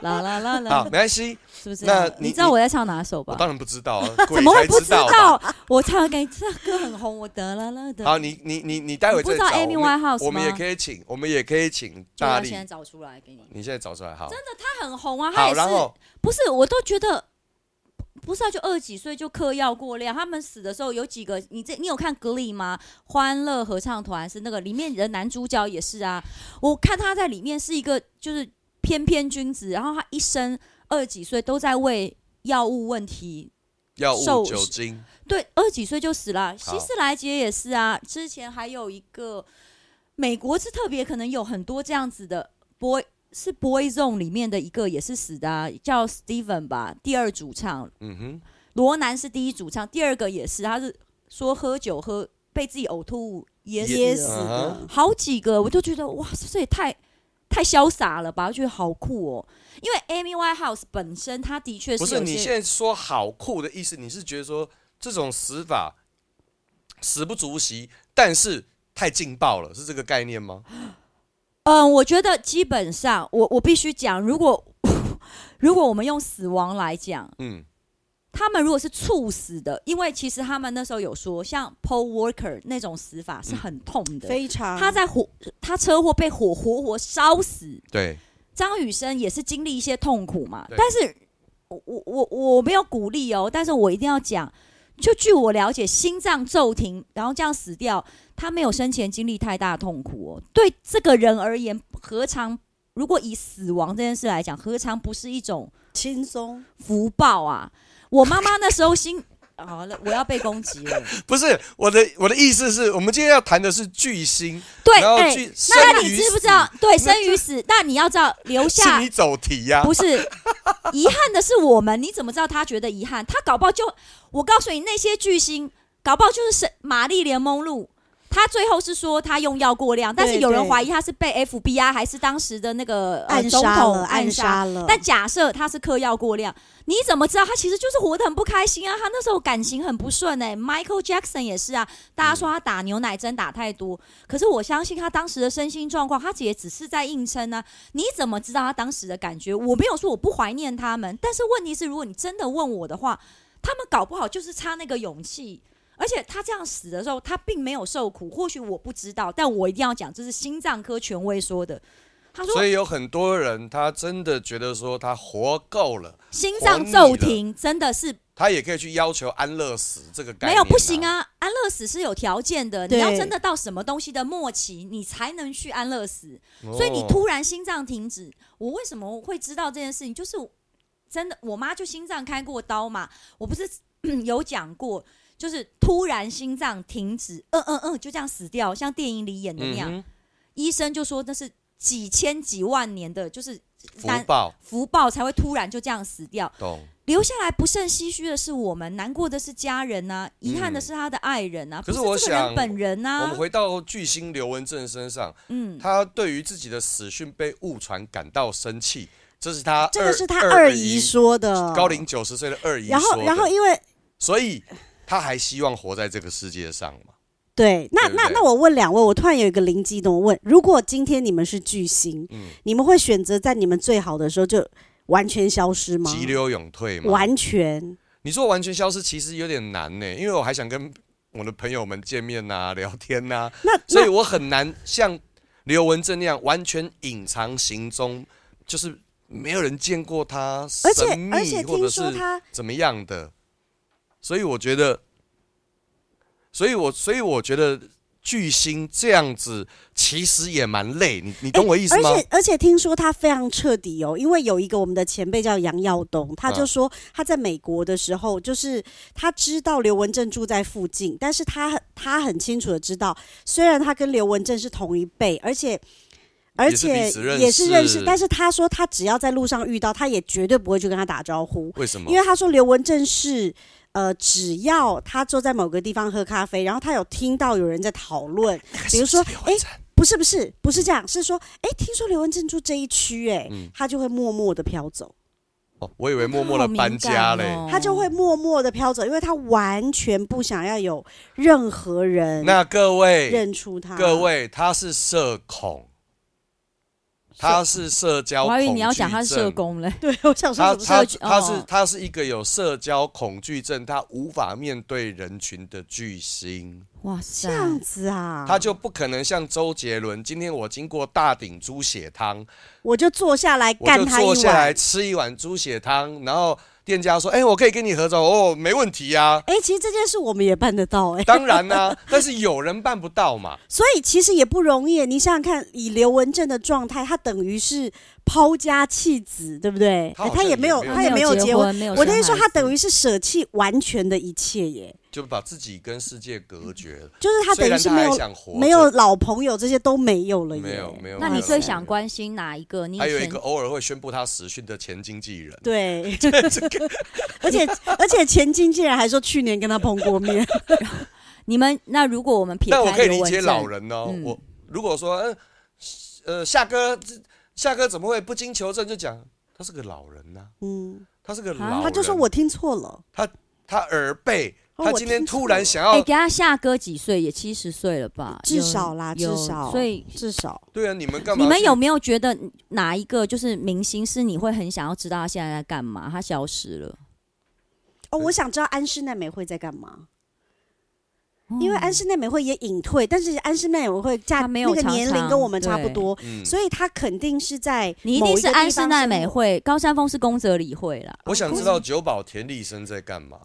[SPEAKER 3] 啦啦啦
[SPEAKER 4] 好，
[SPEAKER 3] 啦
[SPEAKER 4] 没，关系，
[SPEAKER 3] 是不是？
[SPEAKER 4] 那
[SPEAKER 3] 你
[SPEAKER 4] 你
[SPEAKER 3] 知道我在唱哪首
[SPEAKER 4] 我
[SPEAKER 3] 吧？
[SPEAKER 4] 当然不知 道啊，
[SPEAKER 3] 怎么会不
[SPEAKER 4] 鬼才
[SPEAKER 3] 知
[SPEAKER 4] 道吧？
[SPEAKER 3] 道？我唱给这歌很红，我哒啦啦哒。
[SPEAKER 4] 好，你你你你待会
[SPEAKER 3] 你不
[SPEAKER 4] 再
[SPEAKER 3] 知道
[SPEAKER 4] 找
[SPEAKER 3] Amy
[SPEAKER 4] 我们
[SPEAKER 3] Winehouse
[SPEAKER 4] 我们也
[SPEAKER 3] 吗
[SPEAKER 4] 可以请，我们也可以请
[SPEAKER 3] 就
[SPEAKER 4] 大
[SPEAKER 3] 要
[SPEAKER 4] 力
[SPEAKER 3] 现，在找出来给你。
[SPEAKER 4] 你现在找出来好，
[SPEAKER 3] 他很红啊，他
[SPEAKER 4] 好，
[SPEAKER 3] 也是
[SPEAKER 4] 然，后
[SPEAKER 3] 不是我都觉得。不是啊，就二十几岁就嗑药过量。他们死的时候有几个，你这你有看《Glee》吗？欢乐合唱团是那个里面的男主角也是啊。我看他在里面是一个就是翩翩君子，然后他一生二十几岁都在为药物问题，
[SPEAKER 4] 药物、
[SPEAKER 3] 受
[SPEAKER 4] 酒精，
[SPEAKER 3] 对，二十几岁就死了。希斯莱杰也是啊，之前还有一个美国是特别可能有很多这样子的 boy 是 boy zone 里面的一个也是死的、啊，叫 Steven 吧，第二主唱
[SPEAKER 4] 嗯哼，
[SPEAKER 3] 罗南是第一主唱，第二个也是，他是说喝酒喝被自己呕吐噎死
[SPEAKER 5] 噎
[SPEAKER 3] 了
[SPEAKER 5] 死
[SPEAKER 4] 嗯
[SPEAKER 5] 的
[SPEAKER 4] 哼，
[SPEAKER 3] 好几个，我就觉得哇，这也太太潇洒了吧，我觉得好酷哦。因为 Amy Winehouse 本身她的确
[SPEAKER 4] 不
[SPEAKER 3] 是
[SPEAKER 4] 是
[SPEAKER 3] 有
[SPEAKER 4] 你
[SPEAKER 3] 些
[SPEAKER 4] 现在说好酷的意思，你是觉得说这种死法死不足惜，但是太劲爆了，是这个概念吗？
[SPEAKER 3] 嗯，我觉得基本上，我我必须讲，如果 如果我们用死亡来讲，
[SPEAKER 4] 嗯，
[SPEAKER 3] 他们如果是猝死的，因为其实他们那时候有说，像 Paul Walker 那种死法是很痛的，
[SPEAKER 5] 嗯非常。
[SPEAKER 3] 他在火他车祸被火活活烧死，
[SPEAKER 4] 对，
[SPEAKER 3] 张雨生也是经历一些痛苦嘛，
[SPEAKER 4] 对
[SPEAKER 3] 但是我我我我没有鼓励哦，但是我一定要讲，就据我了解，心脏骤停然后这样死掉，他没有生前经历太大的痛苦哦。对这个人而言，何尝如果以死亡这件事来讲，何尝不是一种
[SPEAKER 5] 轻松，
[SPEAKER 3] 福报啊？我妈妈那时候心。 好了，我要被攻击了。
[SPEAKER 4] 不是我的我的意思是我们今天要谈的是巨星，
[SPEAKER 3] 对，
[SPEAKER 4] 然后
[SPEAKER 3] 哎、
[SPEAKER 4] 去
[SPEAKER 3] 那
[SPEAKER 4] 生
[SPEAKER 3] 你
[SPEAKER 4] 与
[SPEAKER 3] 知不
[SPEAKER 4] 死
[SPEAKER 3] 知道？对，
[SPEAKER 4] 那
[SPEAKER 3] 生与死，那你要知道留下
[SPEAKER 4] 是你走题呀、
[SPEAKER 3] 不是，遗憾的是我们，你怎么知道他觉得遗憾？他搞不好就，我告诉你，那些巨星搞不好就是神玛丽莲梦露。他最后是说他用药过量，但是
[SPEAKER 5] 对
[SPEAKER 3] 有人
[SPEAKER 5] 对
[SPEAKER 3] 怀疑他是被 FBI 还是当时的那个、呃、
[SPEAKER 5] 暗
[SPEAKER 3] 总
[SPEAKER 5] 杀
[SPEAKER 3] 统
[SPEAKER 5] 了，暗
[SPEAKER 3] 暗杀。
[SPEAKER 5] 杀
[SPEAKER 4] 嗯
[SPEAKER 5] 了。
[SPEAKER 3] 但假设他是嗑药过量，你怎么知道他其实就是活得很不开心啊？他那时候感情很不顺哎、Michael Jackson 也是啊，大家说他打牛奶针打太多，可是我相信他当时的身心状况，他也只是在硬撑啊。你怎么知道他当时的感觉？我没有说我不怀念他们，但是问题是，如果你真的问我的话，他们搞不好就是差那个勇气。而且他这样死的时候，他并没有受苦，或许我不知道，但我一定要讲，这是心脏科权威说的。他说
[SPEAKER 4] 所以有很多人他真的觉得说他活够了，
[SPEAKER 3] 心脏骤停真的是
[SPEAKER 4] 他也可以去要求安乐死这个概
[SPEAKER 3] 没
[SPEAKER 4] 念、
[SPEAKER 3] 有不行！啊，安乐死是有条件的，你
[SPEAKER 5] 对
[SPEAKER 3] 要真的到什么东西的末期，你才能去安乐死。
[SPEAKER 4] 哦
[SPEAKER 3] 所以你突然心脏停止，我为什么会知道这件事情？就是真的，我妈就心脏开过刀嘛，我不是 有讲过，就是突然心脏停止，嗯嗯嗯，就这样死掉，像电影里演的那样。
[SPEAKER 4] 嗯
[SPEAKER 3] 医生就说那是几千几万年的，就是
[SPEAKER 4] 哼、福报
[SPEAKER 3] 福报才会突然就这样死掉。
[SPEAKER 4] 懂，
[SPEAKER 3] 留下来不胜唏嘘的是我们，难过的是家人呐、遗憾的是他的爱人呐、
[SPEAKER 4] 嗯可是
[SPEAKER 3] 不
[SPEAKER 4] 我
[SPEAKER 3] 是这个
[SPEAKER 4] 想
[SPEAKER 3] 人本人呐、
[SPEAKER 4] 我们回到巨星刘文正身上，
[SPEAKER 3] 啊嗯，
[SPEAKER 4] 他对于自己的死讯被误传感到生气，这是他
[SPEAKER 5] 这个是他
[SPEAKER 4] 二
[SPEAKER 5] 二姨，说的，
[SPEAKER 4] 高龄九十岁的二姨
[SPEAKER 5] 然后
[SPEAKER 4] 说，的
[SPEAKER 5] 然后因为
[SPEAKER 4] 所以他还希望活在这个世界上嘛？
[SPEAKER 5] 对，那
[SPEAKER 4] 对不
[SPEAKER 5] 那
[SPEAKER 4] 对
[SPEAKER 5] 那我问两位，我突然有一个灵机一动，我问：如果今天你们是巨星，
[SPEAKER 4] 嗯
[SPEAKER 5] 你们会选择在你们最好的时候就完全消失吗？
[SPEAKER 4] 急流勇退嘛？
[SPEAKER 5] 完全，
[SPEAKER 4] 你说完全消失其实有点难呢，因为我还想跟我的朋友们见面呐、 聊天呐、
[SPEAKER 5] 那
[SPEAKER 4] 所以
[SPEAKER 5] 那
[SPEAKER 4] 我很难像刘文正那样完全隐藏行踪，就是没有人见过他，
[SPEAKER 5] 而且
[SPEAKER 4] 神秘
[SPEAKER 5] 而且
[SPEAKER 4] 或
[SPEAKER 5] 听
[SPEAKER 4] 者
[SPEAKER 5] 说
[SPEAKER 4] 是
[SPEAKER 5] 他
[SPEAKER 4] 怎么样的。所以我觉得，所以我所以我觉得巨星这样子，其实也蛮累。你你
[SPEAKER 5] 哎
[SPEAKER 4] 懂我意思吗
[SPEAKER 5] 而？且而且听说他非常彻底哦，因为有一个我们的前辈叫杨耀
[SPEAKER 4] 啊
[SPEAKER 5] 东，他就说他在美国的时候，就是他知道刘文正住在附近，但是他很他很清楚的知道，虽然他跟刘文正是同一辈，而且。而
[SPEAKER 4] 也是
[SPEAKER 5] 且
[SPEAKER 4] 彼此认
[SPEAKER 5] 也是
[SPEAKER 4] 识
[SPEAKER 5] 认识，但是他说他只要在路上遇到，他也绝对不会去跟他打招呼。
[SPEAKER 4] 为什么
[SPEAKER 5] 因？为他说刘文正是呃，只要他坐在某个地方喝咖啡，然后他有听到有人在讨论，比如说，哎、不是不是不是这样，是说，哎、听说刘文正住这一区、哎、
[SPEAKER 4] 嗯
[SPEAKER 5] 他就会默默的飘走，
[SPEAKER 4] 哦 我以
[SPEAKER 5] 哎
[SPEAKER 4] 为默默的搬家嘞。
[SPEAKER 3] 好敏感哦
[SPEAKER 5] 他就会默默的飘走，因为他完全不想要有任何人
[SPEAKER 4] 那各位
[SPEAKER 5] 认出他。
[SPEAKER 4] 各，位，他是社恐，他是社交
[SPEAKER 3] 我
[SPEAKER 4] 恐
[SPEAKER 3] 还以为
[SPEAKER 4] 惧症。
[SPEAKER 3] 你要讲他是社工嘞，
[SPEAKER 5] 对我想
[SPEAKER 4] 他
[SPEAKER 5] 说，
[SPEAKER 4] 他
[SPEAKER 3] 社
[SPEAKER 4] 他是
[SPEAKER 3] 哦
[SPEAKER 4] 他是一个有社交恐惧症，他无法面对人群的巨星，
[SPEAKER 3] 哇塞
[SPEAKER 5] 这，样子啊，
[SPEAKER 4] 他就不可能像周杰伦。今天我经过大鼎猪血汤，
[SPEAKER 5] 我就坐下来
[SPEAKER 4] 我就
[SPEAKER 5] 干他一
[SPEAKER 4] 坐下来
[SPEAKER 5] 碗。
[SPEAKER 4] 吃一碗猪血汤，然后店家说：“哎、我可以跟你合照哦，没问 题啊。
[SPEAKER 5] 哎、其实这件事我们也办得到、哎”，
[SPEAKER 4] 当然啦、但是有人办不到嘛。
[SPEAKER 5] 所以其实也不容易。你想想看，以刘文正的状态，他等于是抛家弃子，对不对？
[SPEAKER 4] 他
[SPEAKER 5] 哎
[SPEAKER 4] 好
[SPEAKER 5] 他
[SPEAKER 4] 像
[SPEAKER 5] 也
[SPEAKER 4] 也
[SPEAKER 5] 没
[SPEAKER 4] 没
[SPEAKER 5] 有，
[SPEAKER 4] 有
[SPEAKER 5] 他也没有结
[SPEAKER 3] 结
[SPEAKER 5] 婚。，
[SPEAKER 3] 没有
[SPEAKER 5] 我的意思说，
[SPEAKER 3] 生
[SPEAKER 5] 他
[SPEAKER 3] 孩子
[SPEAKER 5] 等于是舍弃完全的一切耶，
[SPEAKER 4] 就把自己跟世界隔绝了，
[SPEAKER 5] 就是他等
[SPEAKER 4] 虽
[SPEAKER 5] 于
[SPEAKER 4] 然
[SPEAKER 5] 是
[SPEAKER 4] 他
[SPEAKER 5] 没
[SPEAKER 4] 还
[SPEAKER 5] 有
[SPEAKER 4] 想活着，
[SPEAKER 5] 没有老朋友这些都没有了耶，
[SPEAKER 4] 没有没有
[SPEAKER 3] 那
[SPEAKER 4] 没
[SPEAKER 3] 你
[SPEAKER 4] 有
[SPEAKER 3] 最想关心哪一个？你以
[SPEAKER 4] 还有一
[SPEAKER 3] 前
[SPEAKER 4] 个偶尔会宣布他死讯的前经纪人，
[SPEAKER 5] 对，而且而且前经纪人还说去年跟他碰过面，
[SPEAKER 3] 你们那如果我们撇
[SPEAKER 4] 但我可
[SPEAKER 3] 开
[SPEAKER 4] 以
[SPEAKER 3] 刘
[SPEAKER 4] 理
[SPEAKER 3] 文
[SPEAKER 4] 解
[SPEAKER 3] 正，
[SPEAKER 4] 老人哦。
[SPEAKER 3] 嗯
[SPEAKER 4] 我如果说，呃，呃，夏哥，这夏哥怎么会不经求证就讲他是个老人呢、
[SPEAKER 5] 嗯，
[SPEAKER 4] 他是个老
[SPEAKER 3] 啊
[SPEAKER 4] 人，
[SPEAKER 5] 他就说我听错了，
[SPEAKER 4] 他耳背，
[SPEAKER 5] 哦
[SPEAKER 4] 他
[SPEAKER 5] 我
[SPEAKER 4] 今天
[SPEAKER 5] 听错
[SPEAKER 4] 突
[SPEAKER 5] 了
[SPEAKER 4] 然想
[SPEAKER 3] 哎、
[SPEAKER 4] 要，
[SPEAKER 3] 给他下哥几岁？也七十岁了吧？
[SPEAKER 5] 至
[SPEAKER 3] 有
[SPEAKER 5] 少啦，至
[SPEAKER 3] 有
[SPEAKER 5] 少，
[SPEAKER 3] 所以
[SPEAKER 5] 至少
[SPEAKER 4] 对啊，你们干嘛去？
[SPEAKER 3] 你们有没有觉得哪一个就是明星是你会很想要知道他现在在干嘛？他消失了，
[SPEAKER 5] 哦，我想知道安室奈美惠在干嘛。
[SPEAKER 3] 哦
[SPEAKER 5] 因为安室奈美惠也隐退，但是安室奈美惠嫁
[SPEAKER 3] 她没
[SPEAKER 5] 那
[SPEAKER 3] 有
[SPEAKER 5] 个
[SPEAKER 3] 常
[SPEAKER 5] 年龄
[SPEAKER 3] 常
[SPEAKER 5] 跟我们差不
[SPEAKER 3] 对
[SPEAKER 5] 多，
[SPEAKER 4] 嗯
[SPEAKER 5] 所以她肯定是在
[SPEAKER 3] 你一
[SPEAKER 5] 某
[SPEAKER 3] 定
[SPEAKER 5] 个
[SPEAKER 3] 是
[SPEAKER 5] 地
[SPEAKER 3] 安室
[SPEAKER 5] 方
[SPEAKER 3] 奈
[SPEAKER 5] 生
[SPEAKER 3] 美
[SPEAKER 5] 活。
[SPEAKER 3] 惠，高山峰是宫泽理惠啦，
[SPEAKER 4] 我想知道久保田利生在干嘛？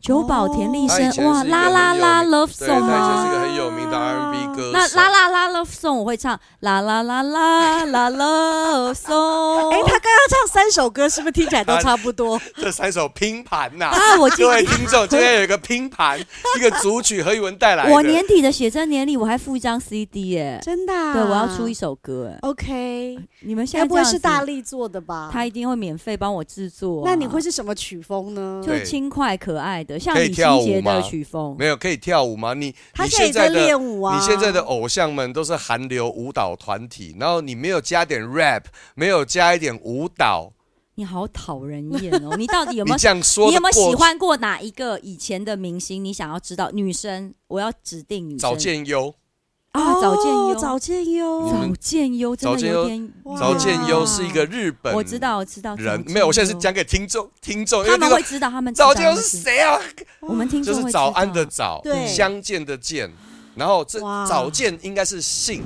[SPEAKER 3] 久保田利
[SPEAKER 4] 他
[SPEAKER 3] 生
[SPEAKER 4] 以前是，
[SPEAKER 3] 哇，
[SPEAKER 4] 一个
[SPEAKER 3] 啦
[SPEAKER 4] 很
[SPEAKER 3] 啦
[SPEAKER 4] 有
[SPEAKER 3] 啦
[SPEAKER 4] 名
[SPEAKER 3] ，Love
[SPEAKER 4] 对，
[SPEAKER 3] Song
[SPEAKER 4] 他以前是
[SPEAKER 3] 啊。
[SPEAKER 4] 个很有名的 R&B 歌手。
[SPEAKER 3] 那啦啦啦 Love Song 我会唱啦啦啦啦啦 Love Song。
[SPEAKER 5] 哎、 她刚刚唱三首歌，是不是听起来都差不 多？
[SPEAKER 4] 这三首拼盘呐、
[SPEAKER 3] 啊我记
[SPEAKER 4] 各位听众，今天有一个拼盘， 一个组曲何以文带来的。
[SPEAKER 3] 我年底的写真年历我还附一张 CD 耶、
[SPEAKER 5] 真的、啊？
[SPEAKER 3] 对我要出一。首歌哎、
[SPEAKER 5] OK，
[SPEAKER 3] 你们现在
[SPEAKER 5] 该不会
[SPEAKER 3] 这样
[SPEAKER 5] 是大
[SPEAKER 3] 子
[SPEAKER 5] 力做的吧？
[SPEAKER 3] 他一定会免费帮我制作啊、
[SPEAKER 5] 那你会是什么曲风呢？
[SPEAKER 3] 就是轻快可爱的，像
[SPEAKER 4] 可以
[SPEAKER 3] 李
[SPEAKER 4] 跳
[SPEAKER 3] 心洁
[SPEAKER 4] 舞吗
[SPEAKER 3] 的曲风。
[SPEAKER 4] 没有可以跳舞吗？你
[SPEAKER 5] 她
[SPEAKER 4] 你
[SPEAKER 5] 现在也
[SPEAKER 4] 现
[SPEAKER 5] 在
[SPEAKER 4] 在的
[SPEAKER 5] 练舞啊。
[SPEAKER 4] 你现在的偶像们都是韩流舞蹈团体，然后你没有加点 rap，没有加一点舞蹈，
[SPEAKER 3] 你好讨人厌哦！你到底有没
[SPEAKER 4] 你
[SPEAKER 3] 有？
[SPEAKER 4] 这样说
[SPEAKER 3] 你
[SPEAKER 4] 的
[SPEAKER 3] 有没有
[SPEAKER 4] 过
[SPEAKER 3] 喜欢过哪一个以前的明星？你想要知道女生，我要指定女生。
[SPEAKER 4] 早见优，
[SPEAKER 3] 啊，早见优，
[SPEAKER 5] 哦早见
[SPEAKER 4] 你
[SPEAKER 5] 优
[SPEAKER 4] 们
[SPEAKER 3] 早见优，真
[SPEAKER 4] 早
[SPEAKER 3] 的
[SPEAKER 4] 见
[SPEAKER 3] 有
[SPEAKER 4] 优
[SPEAKER 3] 点
[SPEAKER 5] 哇
[SPEAKER 4] 早见优是一个日本，
[SPEAKER 3] 嗯我知道，我知道。
[SPEAKER 4] 人
[SPEAKER 3] 早，见
[SPEAKER 4] 没有，我现在是
[SPEAKER 3] 优，
[SPEAKER 4] 讲给听众听众，因为
[SPEAKER 3] 他
[SPEAKER 4] 听
[SPEAKER 3] 们
[SPEAKER 4] 众
[SPEAKER 3] 会知道，他们知道
[SPEAKER 4] 早见优
[SPEAKER 3] 他们
[SPEAKER 4] 是
[SPEAKER 3] 知道
[SPEAKER 4] 谁啊？
[SPEAKER 3] 我们听
[SPEAKER 4] 就
[SPEAKER 3] 众会知
[SPEAKER 4] 是早
[SPEAKER 3] 道
[SPEAKER 4] 安的早
[SPEAKER 5] 对，
[SPEAKER 4] 相见的见，然后这
[SPEAKER 5] 哇
[SPEAKER 4] 早见应该是姓，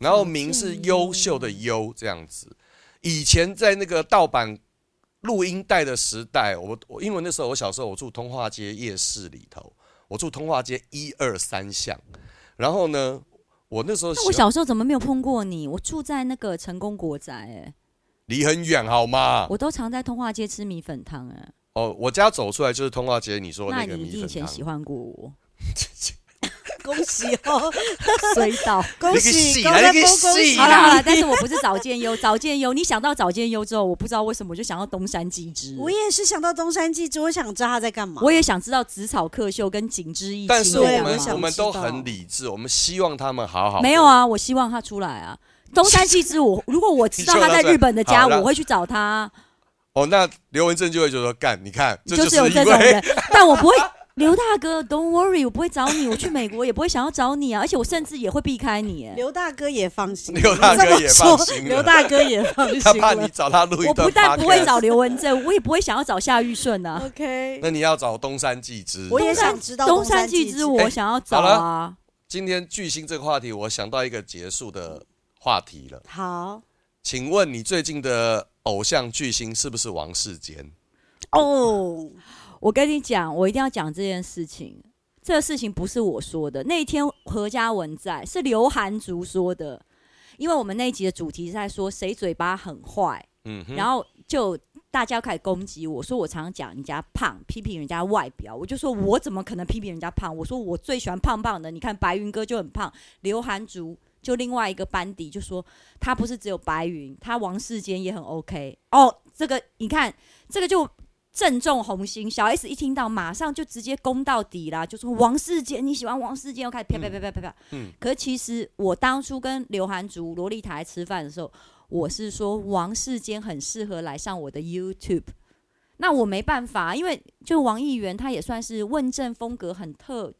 [SPEAKER 4] 然后名是优秀的优这样子。以前在那个盗版录音带的时代，我我因为那时候我小时候我住通化街夜市里头，我住通化街一二三巷，然后呢，我那时候
[SPEAKER 3] 那我
[SPEAKER 4] 喜欢
[SPEAKER 3] 小时候怎么没有碰过你？我住在那个成功国宅，哎，
[SPEAKER 4] 离很远好吗？
[SPEAKER 3] 我都常在通化街吃米粉汤，哎，
[SPEAKER 4] 哦，我家走出来就是通化街，你说的
[SPEAKER 3] 那
[SPEAKER 4] 那个
[SPEAKER 3] 你一定
[SPEAKER 4] 米
[SPEAKER 3] 以
[SPEAKER 4] 粉
[SPEAKER 3] 前
[SPEAKER 4] 汤
[SPEAKER 3] 喜。欢过 我，
[SPEAKER 5] 恭喜 哦，
[SPEAKER 3] 衰到。
[SPEAKER 5] 恭
[SPEAKER 4] 你
[SPEAKER 5] 喜，
[SPEAKER 4] 给洗
[SPEAKER 5] 高
[SPEAKER 4] 啦
[SPEAKER 5] 山
[SPEAKER 4] 你给
[SPEAKER 5] 峰恭
[SPEAKER 4] 洗
[SPEAKER 5] 喜
[SPEAKER 4] 啦
[SPEAKER 3] 好了好
[SPEAKER 5] 啦！
[SPEAKER 3] 了，但是我不是早见优，早见优，你想到早见优之后，我不知道为什么我就想到东山纪之，
[SPEAKER 5] 我也是想到东山纪之，我想知道他在干嘛。
[SPEAKER 3] 我也想知道紫草克秀跟景之一，
[SPEAKER 4] 但是
[SPEAKER 5] 对
[SPEAKER 4] 我
[SPEAKER 5] 我
[SPEAKER 4] 们
[SPEAKER 5] 想
[SPEAKER 4] 我们
[SPEAKER 5] 知
[SPEAKER 4] 都
[SPEAKER 5] 道
[SPEAKER 4] 很理智，我们希望他们好好。
[SPEAKER 3] 没有，啊，我希望他出来啊。东山纪之我，如果我知道他在日本的家，
[SPEAKER 4] 你希望他出来好
[SPEAKER 3] 我会去找他，
[SPEAKER 4] 哦，那刘文正就会觉得说干，你看， 这
[SPEAKER 3] 就是是有这
[SPEAKER 4] 因
[SPEAKER 3] 种
[SPEAKER 4] 为
[SPEAKER 3] 人， 但我不会。刘大哥，Don't worry，我不会找你，我去美国也不会想要找你啊，而且我甚至也会避开你，哎
[SPEAKER 5] 刘大哥也放心了，
[SPEAKER 4] 刘大哥也放心了
[SPEAKER 5] 你这么说 刘大哥也放
[SPEAKER 4] 他
[SPEAKER 5] 心
[SPEAKER 4] 怕你
[SPEAKER 5] 了。
[SPEAKER 4] 找 他录一
[SPEAKER 3] 我
[SPEAKER 4] 段
[SPEAKER 3] 不但不
[SPEAKER 4] podcast
[SPEAKER 3] 会找刘文正，我也不会想要找夏玉顺 啊。
[SPEAKER 5] OK，
[SPEAKER 4] 那你要找东山纪之。
[SPEAKER 5] 我也想知道
[SPEAKER 3] 东
[SPEAKER 5] 山
[SPEAKER 3] 山纪之，
[SPEAKER 5] 我
[SPEAKER 3] 我想要找
[SPEAKER 4] 好
[SPEAKER 3] 啊。
[SPEAKER 4] 今天巨星这个话题，我想到一个结束的话题了。
[SPEAKER 5] 好
[SPEAKER 4] 请问你最近的偶像巨星是不是王世坚？
[SPEAKER 5] 哦，
[SPEAKER 3] 我跟你讲，我一定要讲这件事情。这事情不是我说的，那一天何嘉文在，是刘涵竹说的。因为我们那一集的主题是在说谁嘴巴很坏，
[SPEAKER 4] 嗯哼，
[SPEAKER 3] 然后就大家开始攻击我，说我常常讲人家胖，批评人家外表，我就说我怎么可能批评人家胖？我说我最喜欢胖胖的，你看白云哥就很胖，刘涵竹就另外一个班底就说他不是只有白云，他王世坚也很 OK 哦，这个你看这个就。正中红心，小 S 一听到，马上就直接攻到底啦，就说王世坚你喜欢王世坚，又开始啪啪啪啪啪啪。
[SPEAKER 4] 嗯
[SPEAKER 3] 可是其实我当初跟刘涵竹、萝莉塔在吃饭的时候，我是说王世坚很适合来上我的 YouTube。那我没办法，因为就王议员他也算是问政风格很特、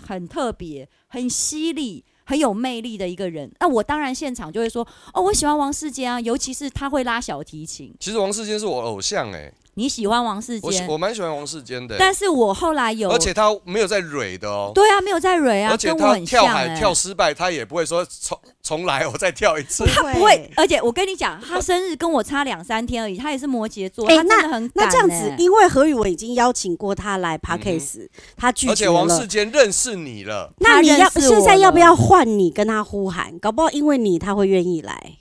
[SPEAKER 3] 很特别、很犀利、很有魅力的一个人。那我当然现场就会说，哦，我喜欢王世坚啊，尤其是他会拉小提琴。
[SPEAKER 4] 其实王世坚是我偶像哎、
[SPEAKER 3] 你喜欢王世
[SPEAKER 4] 我喜
[SPEAKER 3] 坚，
[SPEAKER 4] 我蛮喜欢王世坚的欸、
[SPEAKER 3] 但是我后来有，
[SPEAKER 4] 而且他没有在蕊的哦。
[SPEAKER 3] 对啊，没有在蕊啊
[SPEAKER 4] 而，且
[SPEAKER 3] 跟我
[SPEAKER 4] 他
[SPEAKER 3] 很像
[SPEAKER 4] 跳
[SPEAKER 3] 哎、
[SPEAKER 4] 海跳失败，他也不会说重重来，我再跳一次。
[SPEAKER 5] 他
[SPEAKER 3] 不会，而且我跟你讲，他生日跟我差两三天而已，他也是摩羯座，
[SPEAKER 5] 哎
[SPEAKER 3] 他真的很
[SPEAKER 5] 那
[SPEAKER 3] 赶
[SPEAKER 5] 这样
[SPEAKER 3] 哎
[SPEAKER 5] 子，因为何宇文已经邀请过他来 Parkes，、他拒
[SPEAKER 4] 而
[SPEAKER 5] 绝
[SPEAKER 4] 且王世
[SPEAKER 5] 了。
[SPEAKER 4] 坚认识你了，
[SPEAKER 5] 那你要
[SPEAKER 3] 他认识我
[SPEAKER 5] 现
[SPEAKER 3] 了
[SPEAKER 5] 在要不要换你跟他呼喊？搞不好因为你他会愿意来。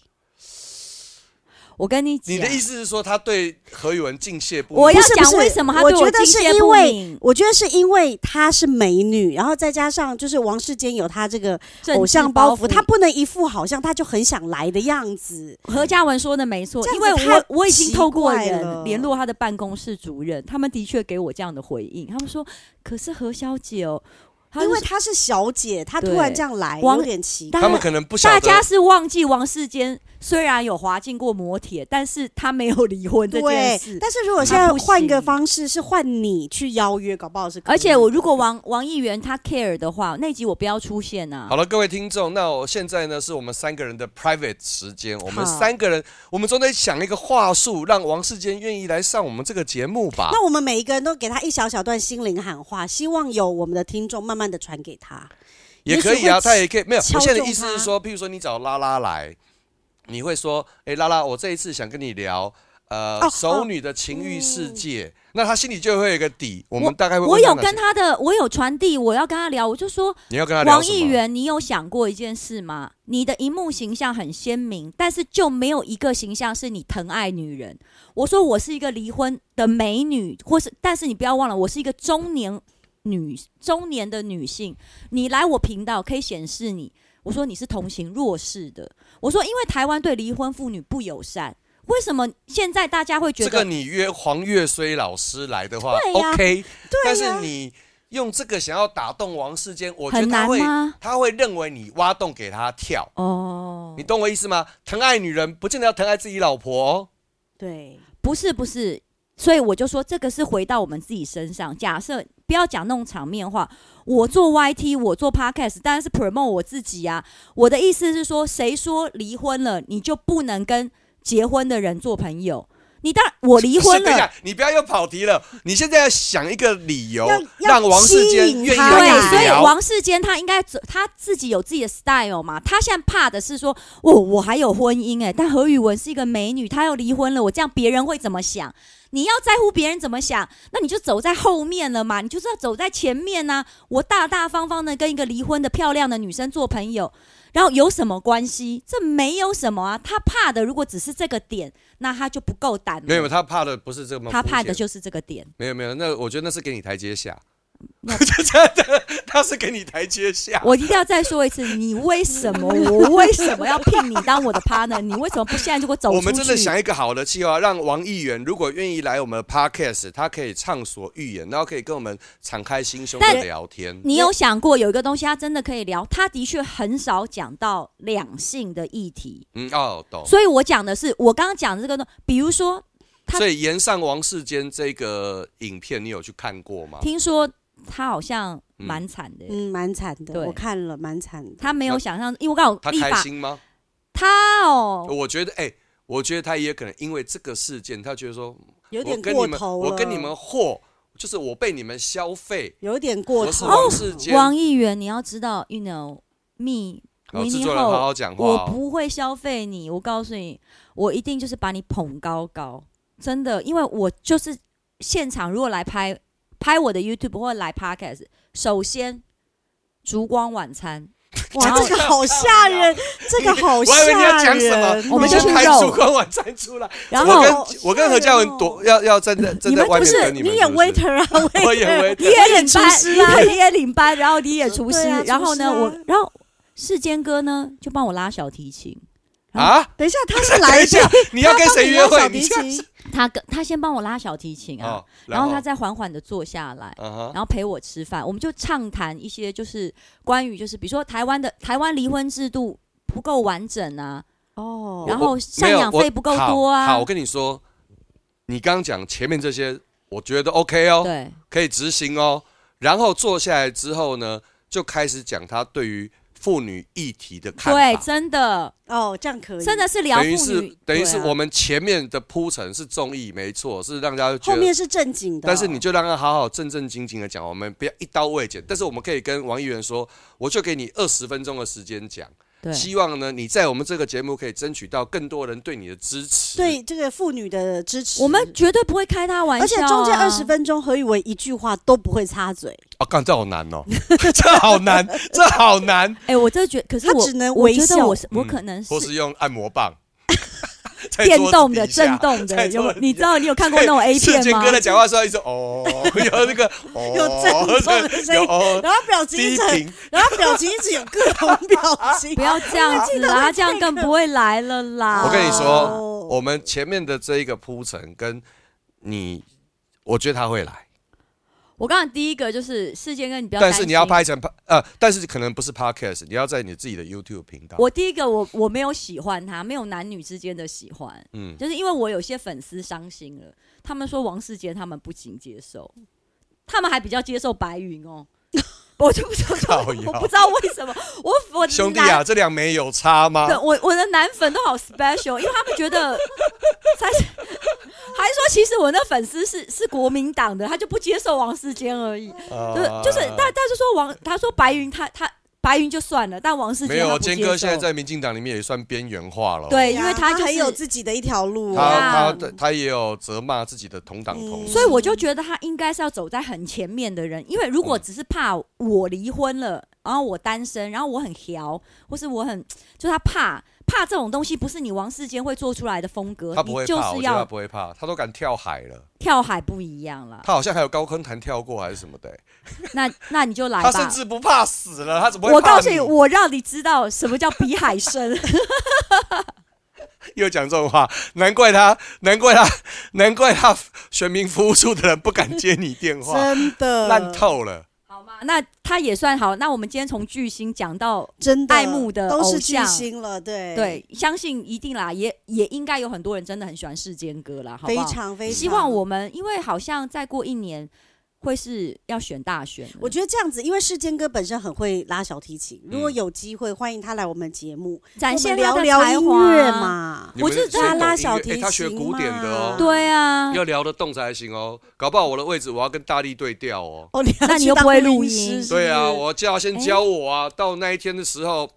[SPEAKER 3] 我跟你讲，
[SPEAKER 4] 你的意思是说他对何宇文敬谢不
[SPEAKER 3] 我
[SPEAKER 4] 已？
[SPEAKER 3] 要
[SPEAKER 5] 不是不
[SPEAKER 3] 讲
[SPEAKER 5] 是
[SPEAKER 3] 为什么他
[SPEAKER 5] 我
[SPEAKER 3] 对我
[SPEAKER 5] 觉得
[SPEAKER 3] 敬
[SPEAKER 5] 是
[SPEAKER 3] 谢
[SPEAKER 5] 因
[SPEAKER 3] 不
[SPEAKER 5] 为
[SPEAKER 3] 敏
[SPEAKER 5] 我觉得是因为她是美女，然后再加上就是王世坚有他这个
[SPEAKER 3] 政治
[SPEAKER 5] 偶像包
[SPEAKER 3] 袱，
[SPEAKER 5] 袱，他不能一副好像他就很想来的样子。
[SPEAKER 3] 何嘉文说的没错
[SPEAKER 5] 这，样
[SPEAKER 3] 因
[SPEAKER 5] 子
[SPEAKER 3] 为
[SPEAKER 5] 太
[SPEAKER 3] 我我已经透过
[SPEAKER 5] 奇怪了
[SPEAKER 3] 人联络他的办公室主任，他们的确给我这样的回应，他们说，可是何小姐哦，她
[SPEAKER 5] 因为
[SPEAKER 3] 是
[SPEAKER 5] 她是小姐，她突
[SPEAKER 3] 对
[SPEAKER 5] 然这样来，
[SPEAKER 3] 王
[SPEAKER 5] 有点奇怪。
[SPEAKER 4] 他们可能不晓
[SPEAKER 3] 大
[SPEAKER 4] 得
[SPEAKER 3] 家是忘记王世坚虽然有滑进过摩铁，但是他没有离婚这件
[SPEAKER 5] 对
[SPEAKER 3] 事，。
[SPEAKER 5] 但是如果
[SPEAKER 3] 他
[SPEAKER 5] 现在
[SPEAKER 3] 不
[SPEAKER 5] 换一个
[SPEAKER 3] 行
[SPEAKER 5] 方式，是换你去邀约，搞不好是可以。
[SPEAKER 3] 而且我如果王王议员他 care 的话，那集我不要出现啊
[SPEAKER 4] 好。了，各位听众，那我现在呢是我们三个人的 private 时间，我们
[SPEAKER 5] 好
[SPEAKER 4] 三个人，我们总得想一个话术，让王世坚愿意来上我们这个节目吧。
[SPEAKER 5] 那我们每一个人都给他一小小段心灵喊话，希望有我们的听众慢慢的传给他。
[SPEAKER 4] 也可以啊，他也可以没有。
[SPEAKER 5] 敲
[SPEAKER 4] 我现在的
[SPEAKER 5] 中
[SPEAKER 4] 意思
[SPEAKER 5] 他
[SPEAKER 4] 是说，譬如说你找拉拉来，你会说，哎、拉拉，我这一次想跟你聊，呃，
[SPEAKER 5] 哦
[SPEAKER 4] 熟女的情欲世界，那他心里就会有一个底，我们
[SPEAKER 3] 我
[SPEAKER 4] 大概会
[SPEAKER 3] 我
[SPEAKER 4] 问
[SPEAKER 3] 有
[SPEAKER 4] 到哪
[SPEAKER 3] 跟
[SPEAKER 4] 些
[SPEAKER 3] 他的，我有传递，我要跟他聊，我就说
[SPEAKER 4] 你要跟他聊
[SPEAKER 3] 王
[SPEAKER 4] 什
[SPEAKER 3] 议
[SPEAKER 4] 么
[SPEAKER 3] 员，你有想过一件事吗？你的荧幕形象很鲜明，但是就没有一个形象是你疼爱女人。我说我是一个离婚的美女，或是但是你不要忘了，我是一个中年女中年的女性。你来我频道可以显示你，我说你是同情弱势的。我说因为台湾对离婚妇女不友善，为什么现在大家会觉
[SPEAKER 4] 这
[SPEAKER 3] 得
[SPEAKER 4] 个你约黄岳虽老师来的话
[SPEAKER 5] 对呀
[SPEAKER 4] ，OK，但是
[SPEAKER 5] 呀
[SPEAKER 4] 你用这个想要打动王世坚，我觉得
[SPEAKER 3] 很
[SPEAKER 4] 他
[SPEAKER 3] 难
[SPEAKER 4] 会
[SPEAKER 3] 吗？
[SPEAKER 4] 他会认为你挖洞给他跳，
[SPEAKER 3] 哦
[SPEAKER 4] 你，懂我意思吗？疼爱女人不见得要疼爱自己老婆、哦。
[SPEAKER 5] 对，
[SPEAKER 3] 不是不是，所以我就说这个是回到我们自己身上。假设不要讲那种场面话，我做 YT，我做 Podcast，当然是 promote 我自己啊。我的意思是说，谁说离婚了你就不能跟结婚的人做朋友？你当然我离婚
[SPEAKER 4] 是等一
[SPEAKER 3] 了，
[SPEAKER 4] 下，你不要又跑题了。你现在要想一个理由
[SPEAKER 5] 要，要
[SPEAKER 4] 让王世坚愿意
[SPEAKER 5] 吸引他
[SPEAKER 4] 来
[SPEAKER 3] 对，
[SPEAKER 4] 跟
[SPEAKER 3] 所
[SPEAKER 4] 你
[SPEAKER 3] 以
[SPEAKER 4] 聊。
[SPEAKER 3] 王世坚他应该走，他自己有自己的 style 嘛。他现在怕的是说，我我还有婚姻哎、但何宇文是一个美女，她要离婚了，我这样别人会怎么想？你要在乎别人怎么想，那你就走在后面了嘛，你就是要走在前面呐、我大大方方的跟一个离婚的漂亮的女生做朋友，然后有什么关系？这没有什么啊。他怕的如果只是这个点，那他就不够胆了。
[SPEAKER 4] 没有，他怕的不是这么肤
[SPEAKER 3] 他
[SPEAKER 4] 浅，
[SPEAKER 3] 怕的就是这个点。
[SPEAKER 4] 没有没有。那我觉得那是给你台阶下
[SPEAKER 3] 那，
[SPEAKER 4] 真的，他是给你台阶下。
[SPEAKER 3] 我一定要再说一次，你为什么？我为什么要聘你当我的 partner？你为什么不现在就给我走出去？
[SPEAKER 4] 我们真的想一个好的计划，让王议员如果愿意来我们的 podcast，他可以畅所欲言，然后可以跟我们敞开心胸的
[SPEAKER 3] 但
[SPEAKER 4] 聊天。
[SPEAKER 3] 你有想过有一个东西，他真的可以聊，他的确很少讲到两性的议题，
[SPEAKER 4] 嗯，哦，懂。
[SPEAKER 3] 所以我讲的是我刚刚讲的这个东，比如说，他
[SPEAKER 4] 所以《岩上王世坚》这个影片，你有去看过吗？
[SPEAKER 3] 听说他好像蛮惨的、
[SPEAKER 5] 嗯，蛮惨的，
[SPEAKER 3] 对
[SPEAKER 5] 我看了，蛮惨的。
[SPEAKER 3] 他没有想象，因为我刚好
[SPEAKER 4] 他
[SPEAKER 3] 立
[SPEAKER 4] 开
[SPEAKER 3] 法，
[SPEAKER 4] 心吗？
[SPEAKER 3] 他哦，
[SPEAKER 4] 我觉得，哎、我觉得他也可能因为这个事件，他觉得说，
[SPEAKER 5] 有点
[SPEAKER 4] 我跟
[SPEAKER 5] 过
[SPEAKER 4] 你们，
[SPEAKER 5] 头
[SPEAKER 4] 我跟你
[SPEAKER 5] 了
[SPEAKER 4] 们货，就是我被你们消费，
[SPEAKER 5] 有点过
[SPEAKER 4] 我是
[SPEAKER 5] 头。哦
[SPEAKER 4] 王世坚。
[SPEAKER 3] 王议员，你要知道，you know me，
[SPEAKER 4] 好，
[SPEAKER 3] 维
[SPEAKER 4] 哦制
[SPEAKER 3] 尼
[SPEAKER 4] 作人好
[SPEAKER 3] 后。
[SPEAKER 4] 好讲话、
[SPEAKER 3] 我
[SPEAKER 4] 哦。
[SPEAKER 3] 不会消费你，我告诉你，我一定就是把你捧高高，真的，因为我就是现场如果来拍拍我的 YouTube 或来 Podcast，首先烛光 晚餐，然
[SPEAKER 5] 哇，
[SPEAKER 3] 后
[SPEAKER 5] 啊这个好吓 人，这个好
[SPEAKER 4] 我还
[SPEAKER 5] 吓
[SPEAKER 4] 以为
[SPEAKER 5] 人。
[SPEAKER 4] 你要讲什么，
[SPEAKER 3] 我
[SPEAKER 4] 你
[SPEAKER 3] 们
[SPEAKER 4] 先
[SPEAKER 3] 就去
[SPEAKER 4] 开
[SPEAKER 3] 肉
[SPEAKER 4] 烛光晚餐出来。
[SPEAKER 3] 然
[SPEAKER 4] 我
[SPEAKER 3] 后
[SPEAKER 4] 跟我跟何嘉
[SPEAKER 5] 哦
[SPEAKER 4] 文躲，要要站在站
[SPEAKER 3] 你
[SPEAKER 4] 在
[SPEAKER 3] 们
[SPEAKER 4] 外
[SPEAKER 3] 不
[SPEAKER 4] 面
[SPEAKER 3] 是
[SPEAKER 4] 等你们。
[SPEAKER 5] 你演
[SPEAKER 4] 是不是
[SPEAKER 5] waiter 啊，
[SPEAKER 4] 我演 waiter
[SPEAKER 3] 你也领
[SPEAKER 5] 厨
[SPEAKER 3] 班
[SPEAKER 5] 师啊
[SPEAKER 3] 对你也领班，然后你也厨师
[SPEAKER 5] 对啊，
[SPEAKER 3] 然后呢，
[SPEAKER 5] 厨师啊
[SPEAKER 3] 我然后世坚哥呢就帮我拉小提琴，
[SPEAKER 4] 啊？
[SPEAKER 5] 等一下，他是
[SPEAKER 4] 等
[SPEAKER 5] 来
[SPEAKER 4] 一下，你要跟谁约
[SPEAKER 5] 小
[SPEAKER 4] 会？
[SPEAKER 5] 提
[SPEAKER 4] 你这样
[SPEAKER 5] 琴，
[SPEAKER 3] 他跟他先帮我拉小提琴啊
[SPEAKER 4] 哦，，
[SPEAKER 3] 然后他再缓缓的坐下来。
[SPEAKER 4] 嗯哼
[SPEAKER 3] 然后陪我吃饭，我们就畅谈一些就是关于就是比如说台湾的台湾离婚制度不够完整啊，
[SPEAKER 5] 哦
[SPEAKER 3] 然后
[SPEAKER 4] 我
[SPEAKER 3] 赡养费不够多啊
[SPEAKER 4] 好，好我跟你说，你刚刚讲前面这些，我觉得 OK 哦，
[SPEAKER 3] 对，
[SPEAKER 4] 可以执行哦。然后坐下来之后呢，就开始讲他对于妇女议题的看
[SPEAKER 3] 对，
[SPEAKER 4] 法。
[SPEAKER 3] 真的，
[SPEAKER 5] 哦，这样可以，
[SPEAKER 3] 真的是聊
[SPEAKER 4] 等于
[SPEAKER 3] 妇
[SPEAKER 4] 是
[SPEAKER 3] 女，
[SPEAKER 4] 等于是
[SPEAKER 3] 对啊
[SPEAKER 4] 我们前面的铺陈是综艺，没错，是让大家觉
[SPEAKER 5] 后
[SPEAKER 4] 得
[SPEAKER 5] 面是正经的，
[SPEAKER 4] 但是你就让他好好正正经经的讲，我们不要一刀未剪。但是我们可以跟王议员说，我就给你二十分钟的时间讲，
[SPEAKER 3] 对
[SPEAKER 4] 希望呢你在我们这个节目可以争取到更多人对你的支持。
[SPEAKER 5] 对这个妇女的支持，
[SPEAKER 3] 我们绝对不会开他玩笑、啊
[SPEAKER 5] 而且中间二十，分钟，何宇文一句话都不会插 嘴，
[SPEAKER 4] 哦，干这好难 哦，这好难，这好难，
[SPEAKER 3] 哎、我真的觉得，可是
[SPEAKER 5] 他
[SPEAKER 3] 我
[SPEAKER 5] 只能
[SPEAKER 3] 我觉
[SPEAKER 5] 微
[SPEAKER 3] 得
[SPEAKER 5] 笑
[SPEAKER 3] 我是我
[SPEAKER 4] 嗯
[SPEAKER 3] 可 能是
[SPEAKER 4] 或是用按 摩棒，在
[SPEAKER 3] 电
[SPEAKER 4] 桌子
[SPEAKER 3] 动的、
[SPEAKER 4] 底下
[SPEAKER 3] 震动
[SPEAKER 4] 在
[SPEAKER 3] 的，
[SPEAKER 4] 桌
[SPEAKER 3] 有
[SPEAKER 4] 子
[SPEAKER 3] 你
[SPEAKER 4] 底
[SPEAKER 3] 知道你有看过
[SPEAKER 4] 对
[SPEAKER 3] 那 种 A
[SPEAKER 4] 世
[SPEAKER 3] 片
[SPEAKER 4] 坚
[SPEAKER 3] 吗？
[SPEAKER 4] 哥在讲话的时候一直 哦，有那个哦，
[SPEAKER 5] 有震动的声音
[SPEAKER 4] 有哦，
[SPEAKER 5] 然后表情
[SPEAKER 4] 低
[SPEAKER 5] 一直很，
[SPEAKER 4] 频，
[SPEAKER 5] 然后表情一直有各种表情
[SPEAKER 3] 不。要这样子啦，他这样更不会来了啦。
[SPEAKER 4] 我跟你说，
[SPEAKER 5] 哦
[SPEAKER 4] 我们前面的这一个铺陈跟你，我觉得他会来，
[SPEAKER 3] 我刚刚第一个就是事件跟你不要，
[SPEAKER 4] 但是你要。拍成 pa- 呃，但是可能不是 podcast，你要在你自己的 YouTube 频道。
[SPEAKER 3] 我第一个我我没有喜欢他，没有男女之间的喜欢，
[SPEAKER 4] 嗯，
[SPEAKER 3] 就是因为我有些粉丝伤心了，他们说王世杰他们不仅接受，他们还比较接受白云哦。 我就不 知道，
[SPEAKER 4] 靠腰
[SPEAKER 3] 我不知道为什么，我我的
[SPEAKER 4] 哎 兄弟
[SPEAKER 3] 男
[SPEAKER 4] 啊，这两枚有差 吗
[SPEAKER 3] 对，？我我的男粉都好 special，因为他们觉得 才是，还说其实我那粉丝是是国民党的，他就不接受王世坚而已，就是
[SPEAKER 4] 呃
[SPEAKER 3] 就是大大家就说王，他说白云他他白云就算了，但王世坚
[SPEAKER 4] 没有
[SPEAKER 3] 他不接
[SPEAKER 4] 坚
[SPEAKER 3] 受
[SPEAKER 4] 哥现在在民进党里面也算边缘化了。
[SPEAKER 3] 对，因为
[SPEAKER 5] 啊他
[SPEAKER 3] 就是
[SPEAKER 5] 很有自己的一条路
[SPEAKER 3] 对啊
[SPEAKER 5] 啊，
[SPEAKER 4] 他他他也有责骂自己的同党同事
[SPEAKER 3] 嗯所以我就觉得他应该是要走在很前面的人，因为如果
[SPEAKER 4] 嗯
[SPEAKER 3] 只是怕我离婚了，然后我单身，然后我很调，或是我很，就他怕怕这种东西，不是你王世坚会做出来的风格，
[SPEAKER 4] 他不会
[SPEAKER 3] 你就
[SPEAKER 4] 怕，我
[SPEAKER 3] 是
[SPEAKER 4] 觉得他
[SPEAKER 3] 要
[SPEAKER 4] 不会怕，他都敢跳海了。
[SPEAKER 3] 跳海不一样啦。
[SPEAKER 4] 他好像还有高空弹跳过还是什么的欸、
[SPEAKER 3] 那那你就来
[SPEAKER 4] 他甚
[SPEAKER 3] 吧。
[SPEAKER 4] 至不怕死了，他怎么会
[SPEAKER 3] 我
[SPEAKER 4] 怕
[SPEAKER 3] 告诉你，我让你知道什么叫比海深。
[SPEAKER 4] 又讲这种话，难怪他，难怪他，难怪他选民服务处的人不敢接你电
[SPEAKER 3] 啊
[SPEAKER 4] 话，
[SPEAKER 5] 真的
[SPEAKER 4] 烂，透了。
[SPEAKER 3] 好吗？那他也算好。那我们今天从巨星讲到，
[SPEAKER 5] 真的
[SPEAKER 3] 爱慕的
[SPEAKER 5] 都
[SPEAKER 3] 偶
[SPEAKER 5] 是巨
[SPEAKER 3] 像
[SPEAKER 5] 星了，对，
[SPEAKER 3] 对，相信一定啦，也也应该有很多人真的很喜欢世坚哥啦，好
[SPEAKER 5] 非
[SPEAKER 3] 不好？
[SPEAKER 5] 常非常
[SPEAKER 3] 希望我们，因为好像再过一年会是要选大选了，
[SPEAKER 5] 我觉得这样子，因为世坚哥本身很会拉小提琴，如果
[SPEAKER 4] 嗯
[SPEAKER 5] 有机会，欢迎他来我们节目，
[SPEAKER 3] 展现
[SPEAKER 5] 我
[SPEAKER 3] 他
[SPEAKER 5] 们
[SPEAKER 3] 的
[SPEAKER 5] 聊
[SPEAKER 3] 才
[SPEAKER 5] 聊音
[SPEAKER 3] 华
[SPEAKER 5] 乐。嘛。
[SPEAKER 4] 你们
[SPEAKER 3] 我就是
[SPEAKER 4] 谁懂
[SPEAKER 5] 他拉
[SPEAKER 4] 音乐
[SPEAKER 5] 小
[SPEAKER 4] 欸
[SPEAKER 5] 提
[SPEAKER 4] 他学
[SPEAKER 5] 琴
[SPEAKER 4] 古典的哦
[SPEAKER 5] 嘛，
[SPEAKER 3] 对啊，
[SPEAKER 4] 要聊得动才行哦，搞不好我的位置我要跟大力对调哦。
[SPEAKER 5] 哦，你要
[SPEAKER 3] 那你
[SPEAKER 5] 去
[SPEAKER 3] 又不
[SPEAKER 5] 当
[SPEAKER 3] 会
[SPEAKER 5] 录
[SPEAKER 3] 录
[SPEAKER 5] 音师
[SPEAKER 3] 音
[SPEAKER 5] 是不
[SPEAKER 4] 对啊，
[SPEAKER 5] 是
[SPEAKER 4] 我叫他先教我啊，到那一天的时候，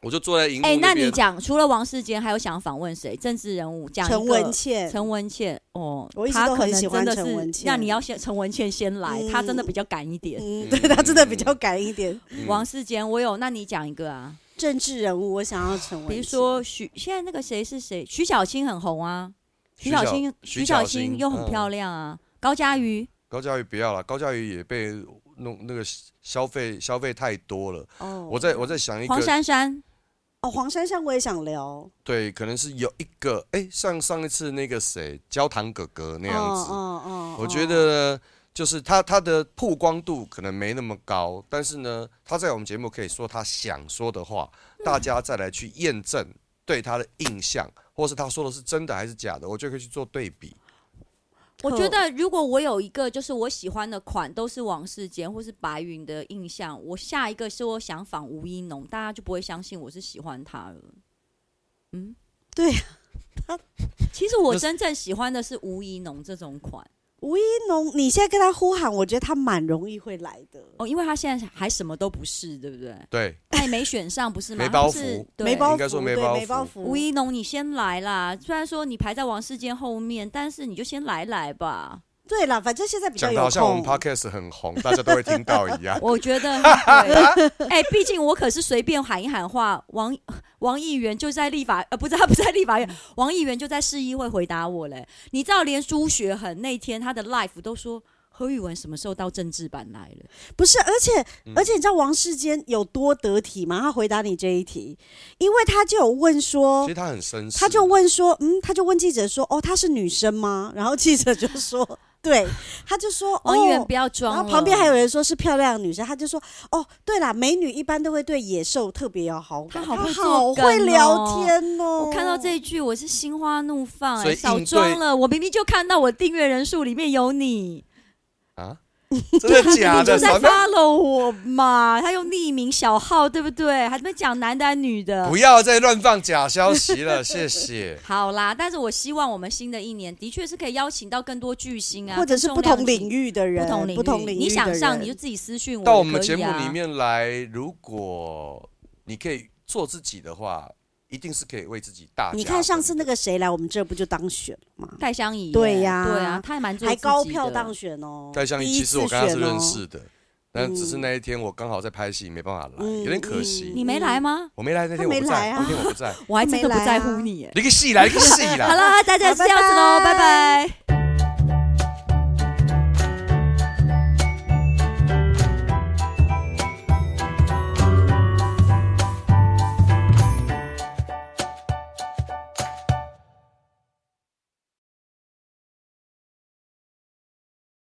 [SPEAKER 4] 我就坐在荧幕
[SPEAKER 3] 哎、那你
[SPEAKER 4] 边。
[SPEAKER 3] 讲除了王世坚，还有想访问谁？政治人物讲一
[SPEAKER 5] 陈
[SPEAKER 3] 个
[SPEAKER 5] 文茜，
[SPEAKER 3] 陈文茜哦，
[SPEAKER 5] 我一直
[SPEAKER 3] 她
[SPEAKER 5] 都
[SPEAKER 3] 可
[SPEAKER 5] 很
[SPEAKER 3] 能
[SPEAKER 5] 喜欢
[SPEAKER 3] 真的
[SPEAKER 5] 陈文
[SPEAKER 3] 是，
[SPEAKER 5] 茜
[SPEAKER 3] 那你要先陈文茜先来，她真的
[SPEAKER 5] 嗯
[SPEAKER 3] 比较敢一点。
[SPEAKER 5] 嗯，对他真的比较敢一点。
[SPEAKER 4] 嗯
[SPEAKER 3] 王世坚，我有，那你讲一个啊，
[SPEAKER 5] 政治人物，我想要成为，
[SPEAKER 3] 比如说许，现在那个谁是谁？徐小青很红啊，
[SPEAKER 4] 徐
[SPEAKER 3] 小
[SPEAKER 4] 小
[SPEAKER 3] 青，
[SPEAKER 4] 徐
[SPEAKER 3] 徐
[SPEAKER 4] 小
[SPEAKER 3] 小
[SPEAKER 4] 青嗯
[SPEAKER 3] 青又很漂亮啊，高佳瑜，
[SPEAKER 4] 高教育不要了，高教育也被弄那个消费消费太多了。
[SPEAKER 5] 哦，
[SPEAKER 4] 我在我在想一
[SPEAKER 3] 黄
[SPEAKER 4] 个，
[SPEAKER 3] 珊珊，
[SPEAKER 5] 哦黄珊珊我也想聊
[SPEAKER 4] 对，可能是有一个，哎，像上一次那个谁焦糖哥哥那样子，
[SPEAKER 5] 哦哦
[SPEAKER 4] 我觉得就是他他的曝光度可能没那么高，但是呢，他在我们节目可以说他想说的话，大家再来去验证对他的印象，或是他说的是真的还是假的，我就可以去做对比。
[SPEAKER 3] 我
[SPEAKER 5] 特
[SPEAKER 3] 觉得如果我有一个就是我喜欢的款都是王世坚或是白云的印象，我下一个是我想仿吴一农，大家就不会相信我是喜欢他了。嗯，
[SPEAKER 5] 对
[SPEAKER 3] 他其实我真正喜欢的是吴一农这种款
[SPEAKER 5] 吴一农，你现在跟他呼喊，我觉得他蛮容易会来的，
[SPEAKER 3] 哦，因为他现在还什么都不是，对不对？
[SPEAKER 4] 对，
[SPEAKER 3] 他也没选上，不是吗？
[SPEAKER 4] 没包
[SPEAKER 3] 他不
[SPEAKER 4] 袱
[SPEAKER 3] 是对
[SPEAKER 5] 没包
[SPEAKER 4] 应该说
[SPEAKER 5] 袱，
[SPEAKER 4] 没
[SPEAKER 5] 对，
[SPEAKER 4] 包
[SPEAKER 5] 没
[SPEAKER 4] 袱
[SPEAKER 5] 包袱。
[SPEAKER 3] 吴一农，你先来啦。虽然说你排在王世坚后面，但是你就先来来吧。
[SPEAKER 5] 对啦，反正现在比较
[SPEAKER 4] 讲
[SPEAKER 5] 有
[SPEAKER 4] 的
[SPEAKER 5] 空。
[SPEAKER 4] 好像我们 podcast 很红，大家都会听到 一
[SPEAKER 3] 。
[SPEAKER 4] 样
[SPEAKER 3] 我觉得很对，哎，毕竟我可是随便喊一喊话，王王议员就在立法，呃，不是他不在立法
[SPEAKER 5] 嗯
[SPEAKER 3] 院，王议员就在市议会回答我嘞。你知道，连朱学恒那天他的 life 都说。何宇文什么时候到政治版来了？
[SPEAKER 5] 不是，而且、
[SPEAKER 4] 嗯
[SPEAKER 5] 而且你知道王世坚有多得体吗？他回答你这一题，因为他就有问
[SPEAKER 4] 其
[SPEAKER 5] 说
[SPEAKER 4] 实，他很绅士，
[SPEAKER 5] 他就问说，嗯，他就问记者说，哦，她是女生吗？ 然后记者就说， 对，他就 说，哦
[SPEAKER 3] 王议员不要
[SPEAKER 5] 然
[SPEAKER 3] 装
[SPEAKER 5] 后
[SPEAKER 3] 了。
[SPEAKER 5] 旁边还有人说是漂亮的女生，他就说：“哦，对啦，美女一般都会对野兽特别有好感，
[SPEAKER 3] 她好
[SPEAKER 5] 她
[SPEAKER 3] 会做
[SPEAKER 5] 好
[SPEAKER 3] 梗
[SPEAKER 5] 会
[SPEAKER 3] 哦
[SPEAKER 5] 聊天哦。”
[SPEAKER 3] 我看到这一句，我是心花怒放、
[SPEAKER 4] 所
[SPEAKER 3] 哎，
[SPEAKER 4] 以应
[SPEAKER 3] 少
[SPEAKER 4] 对
[SPEAKER 3] 装了！我明明就看到我订阅人数里面有你，
[SPEAKER 4] 啊，真的假
[SPEAKER 5] 啊
[SPEAKER 3] 你
[SPEAKER 4] 的？
[SPEAKER 3] 就在
[SPEAKER 4] 什么？
[SPEAKER 3] follow 我嘛？他用匿名小号，对不对？还没讲男的还女的
[SPEAKER 4] 不。要再乱放假消息了，谢谢。
[SPEAKER 3] 好啦，但是我希望我们新的一年的确是可以邀请到更多巨星啊，
[SPEAKER 5] 或者是
[SPEAKER 3] 更
[SPEAKER 5] 不
[SPEAKER 3] 重量
[SPEAKER 5] 同
[SPEAKER 3] 级
[SPEAKER 5] 领、域的人，
[SPEAKER 3] 不同领域、
[SPEAKER 5] 不同领域的人，
[SPEAKER 3] 你想上你就自己私讯我
[SPEAKER 4] 到
[SPEAKER 3] 也
[SPEAKER 4] 我们
[SPEAKER 3] 可以
[SPEAKER 4] 节目
[SPEAKER 3] 啊
[SPEAKER 4] 里面来，如果你可以做自己的话，一定是可以为自己大加分。
[SPEAKER 5] 你看上次那个谁来我们这不就当选了吗？
[SPEAKER 3] 戴香怡耶，
[SPEAKER 5] 对呀
[SPEAKER 3] 对啊，他还蛮做
[SPEAKER 5] 还
[SPEAKER 3] 自己
[SPEAKER 5] 高
[SPEAKER 3] 的
[SPEAKER 5] 票当选哦。
[SPEAKER 4] 戴相
[SPEAKER 5] 第
[SPEAKER 4] 仪，
[SPEAKER 5] 一
[SPEAKER 4] 其实我
[SPEAKER 5] 次
[SPEAKER 4] 跟他是
[SPEAKER 5] 选哦
[SPEAKER 4] 认识的，但只是
[SPEAKER 5] 嗯
[SPEAKER 4] 那一天我刚好在拍戏，没办法来，
[SPEAKER 5] 嗯
[SPEAKER 4] 有点可惜。
[SPEAKER 3] 你没来吗？
[SPEAKER 4] 我没来那天
[SPEAKER 5] 他没
[SPEAKER 4] 我不
[SPEAKER 5] 来
[SPEAKER 4] 在，
[SPEAKER 5] 啊
[SPEAKER 4] 那天我不在。
[SPEAKER 3] 我还真的不
[SPEAKER 5] 没来啊
[SPEAKER 3] 在乎你耶。
[SPEAKER 4] 你个戏来，你个戏
[SPEAKER 3] 好
[SPEAKER 4] 来。
[SPEAKER 3] 啦，大家 就
[SPEAKER 5] 好
[SPEAKER 3] 这样子喽，
[SPEAKER 5] 拜拜
[SPEAKER 3] 拜拜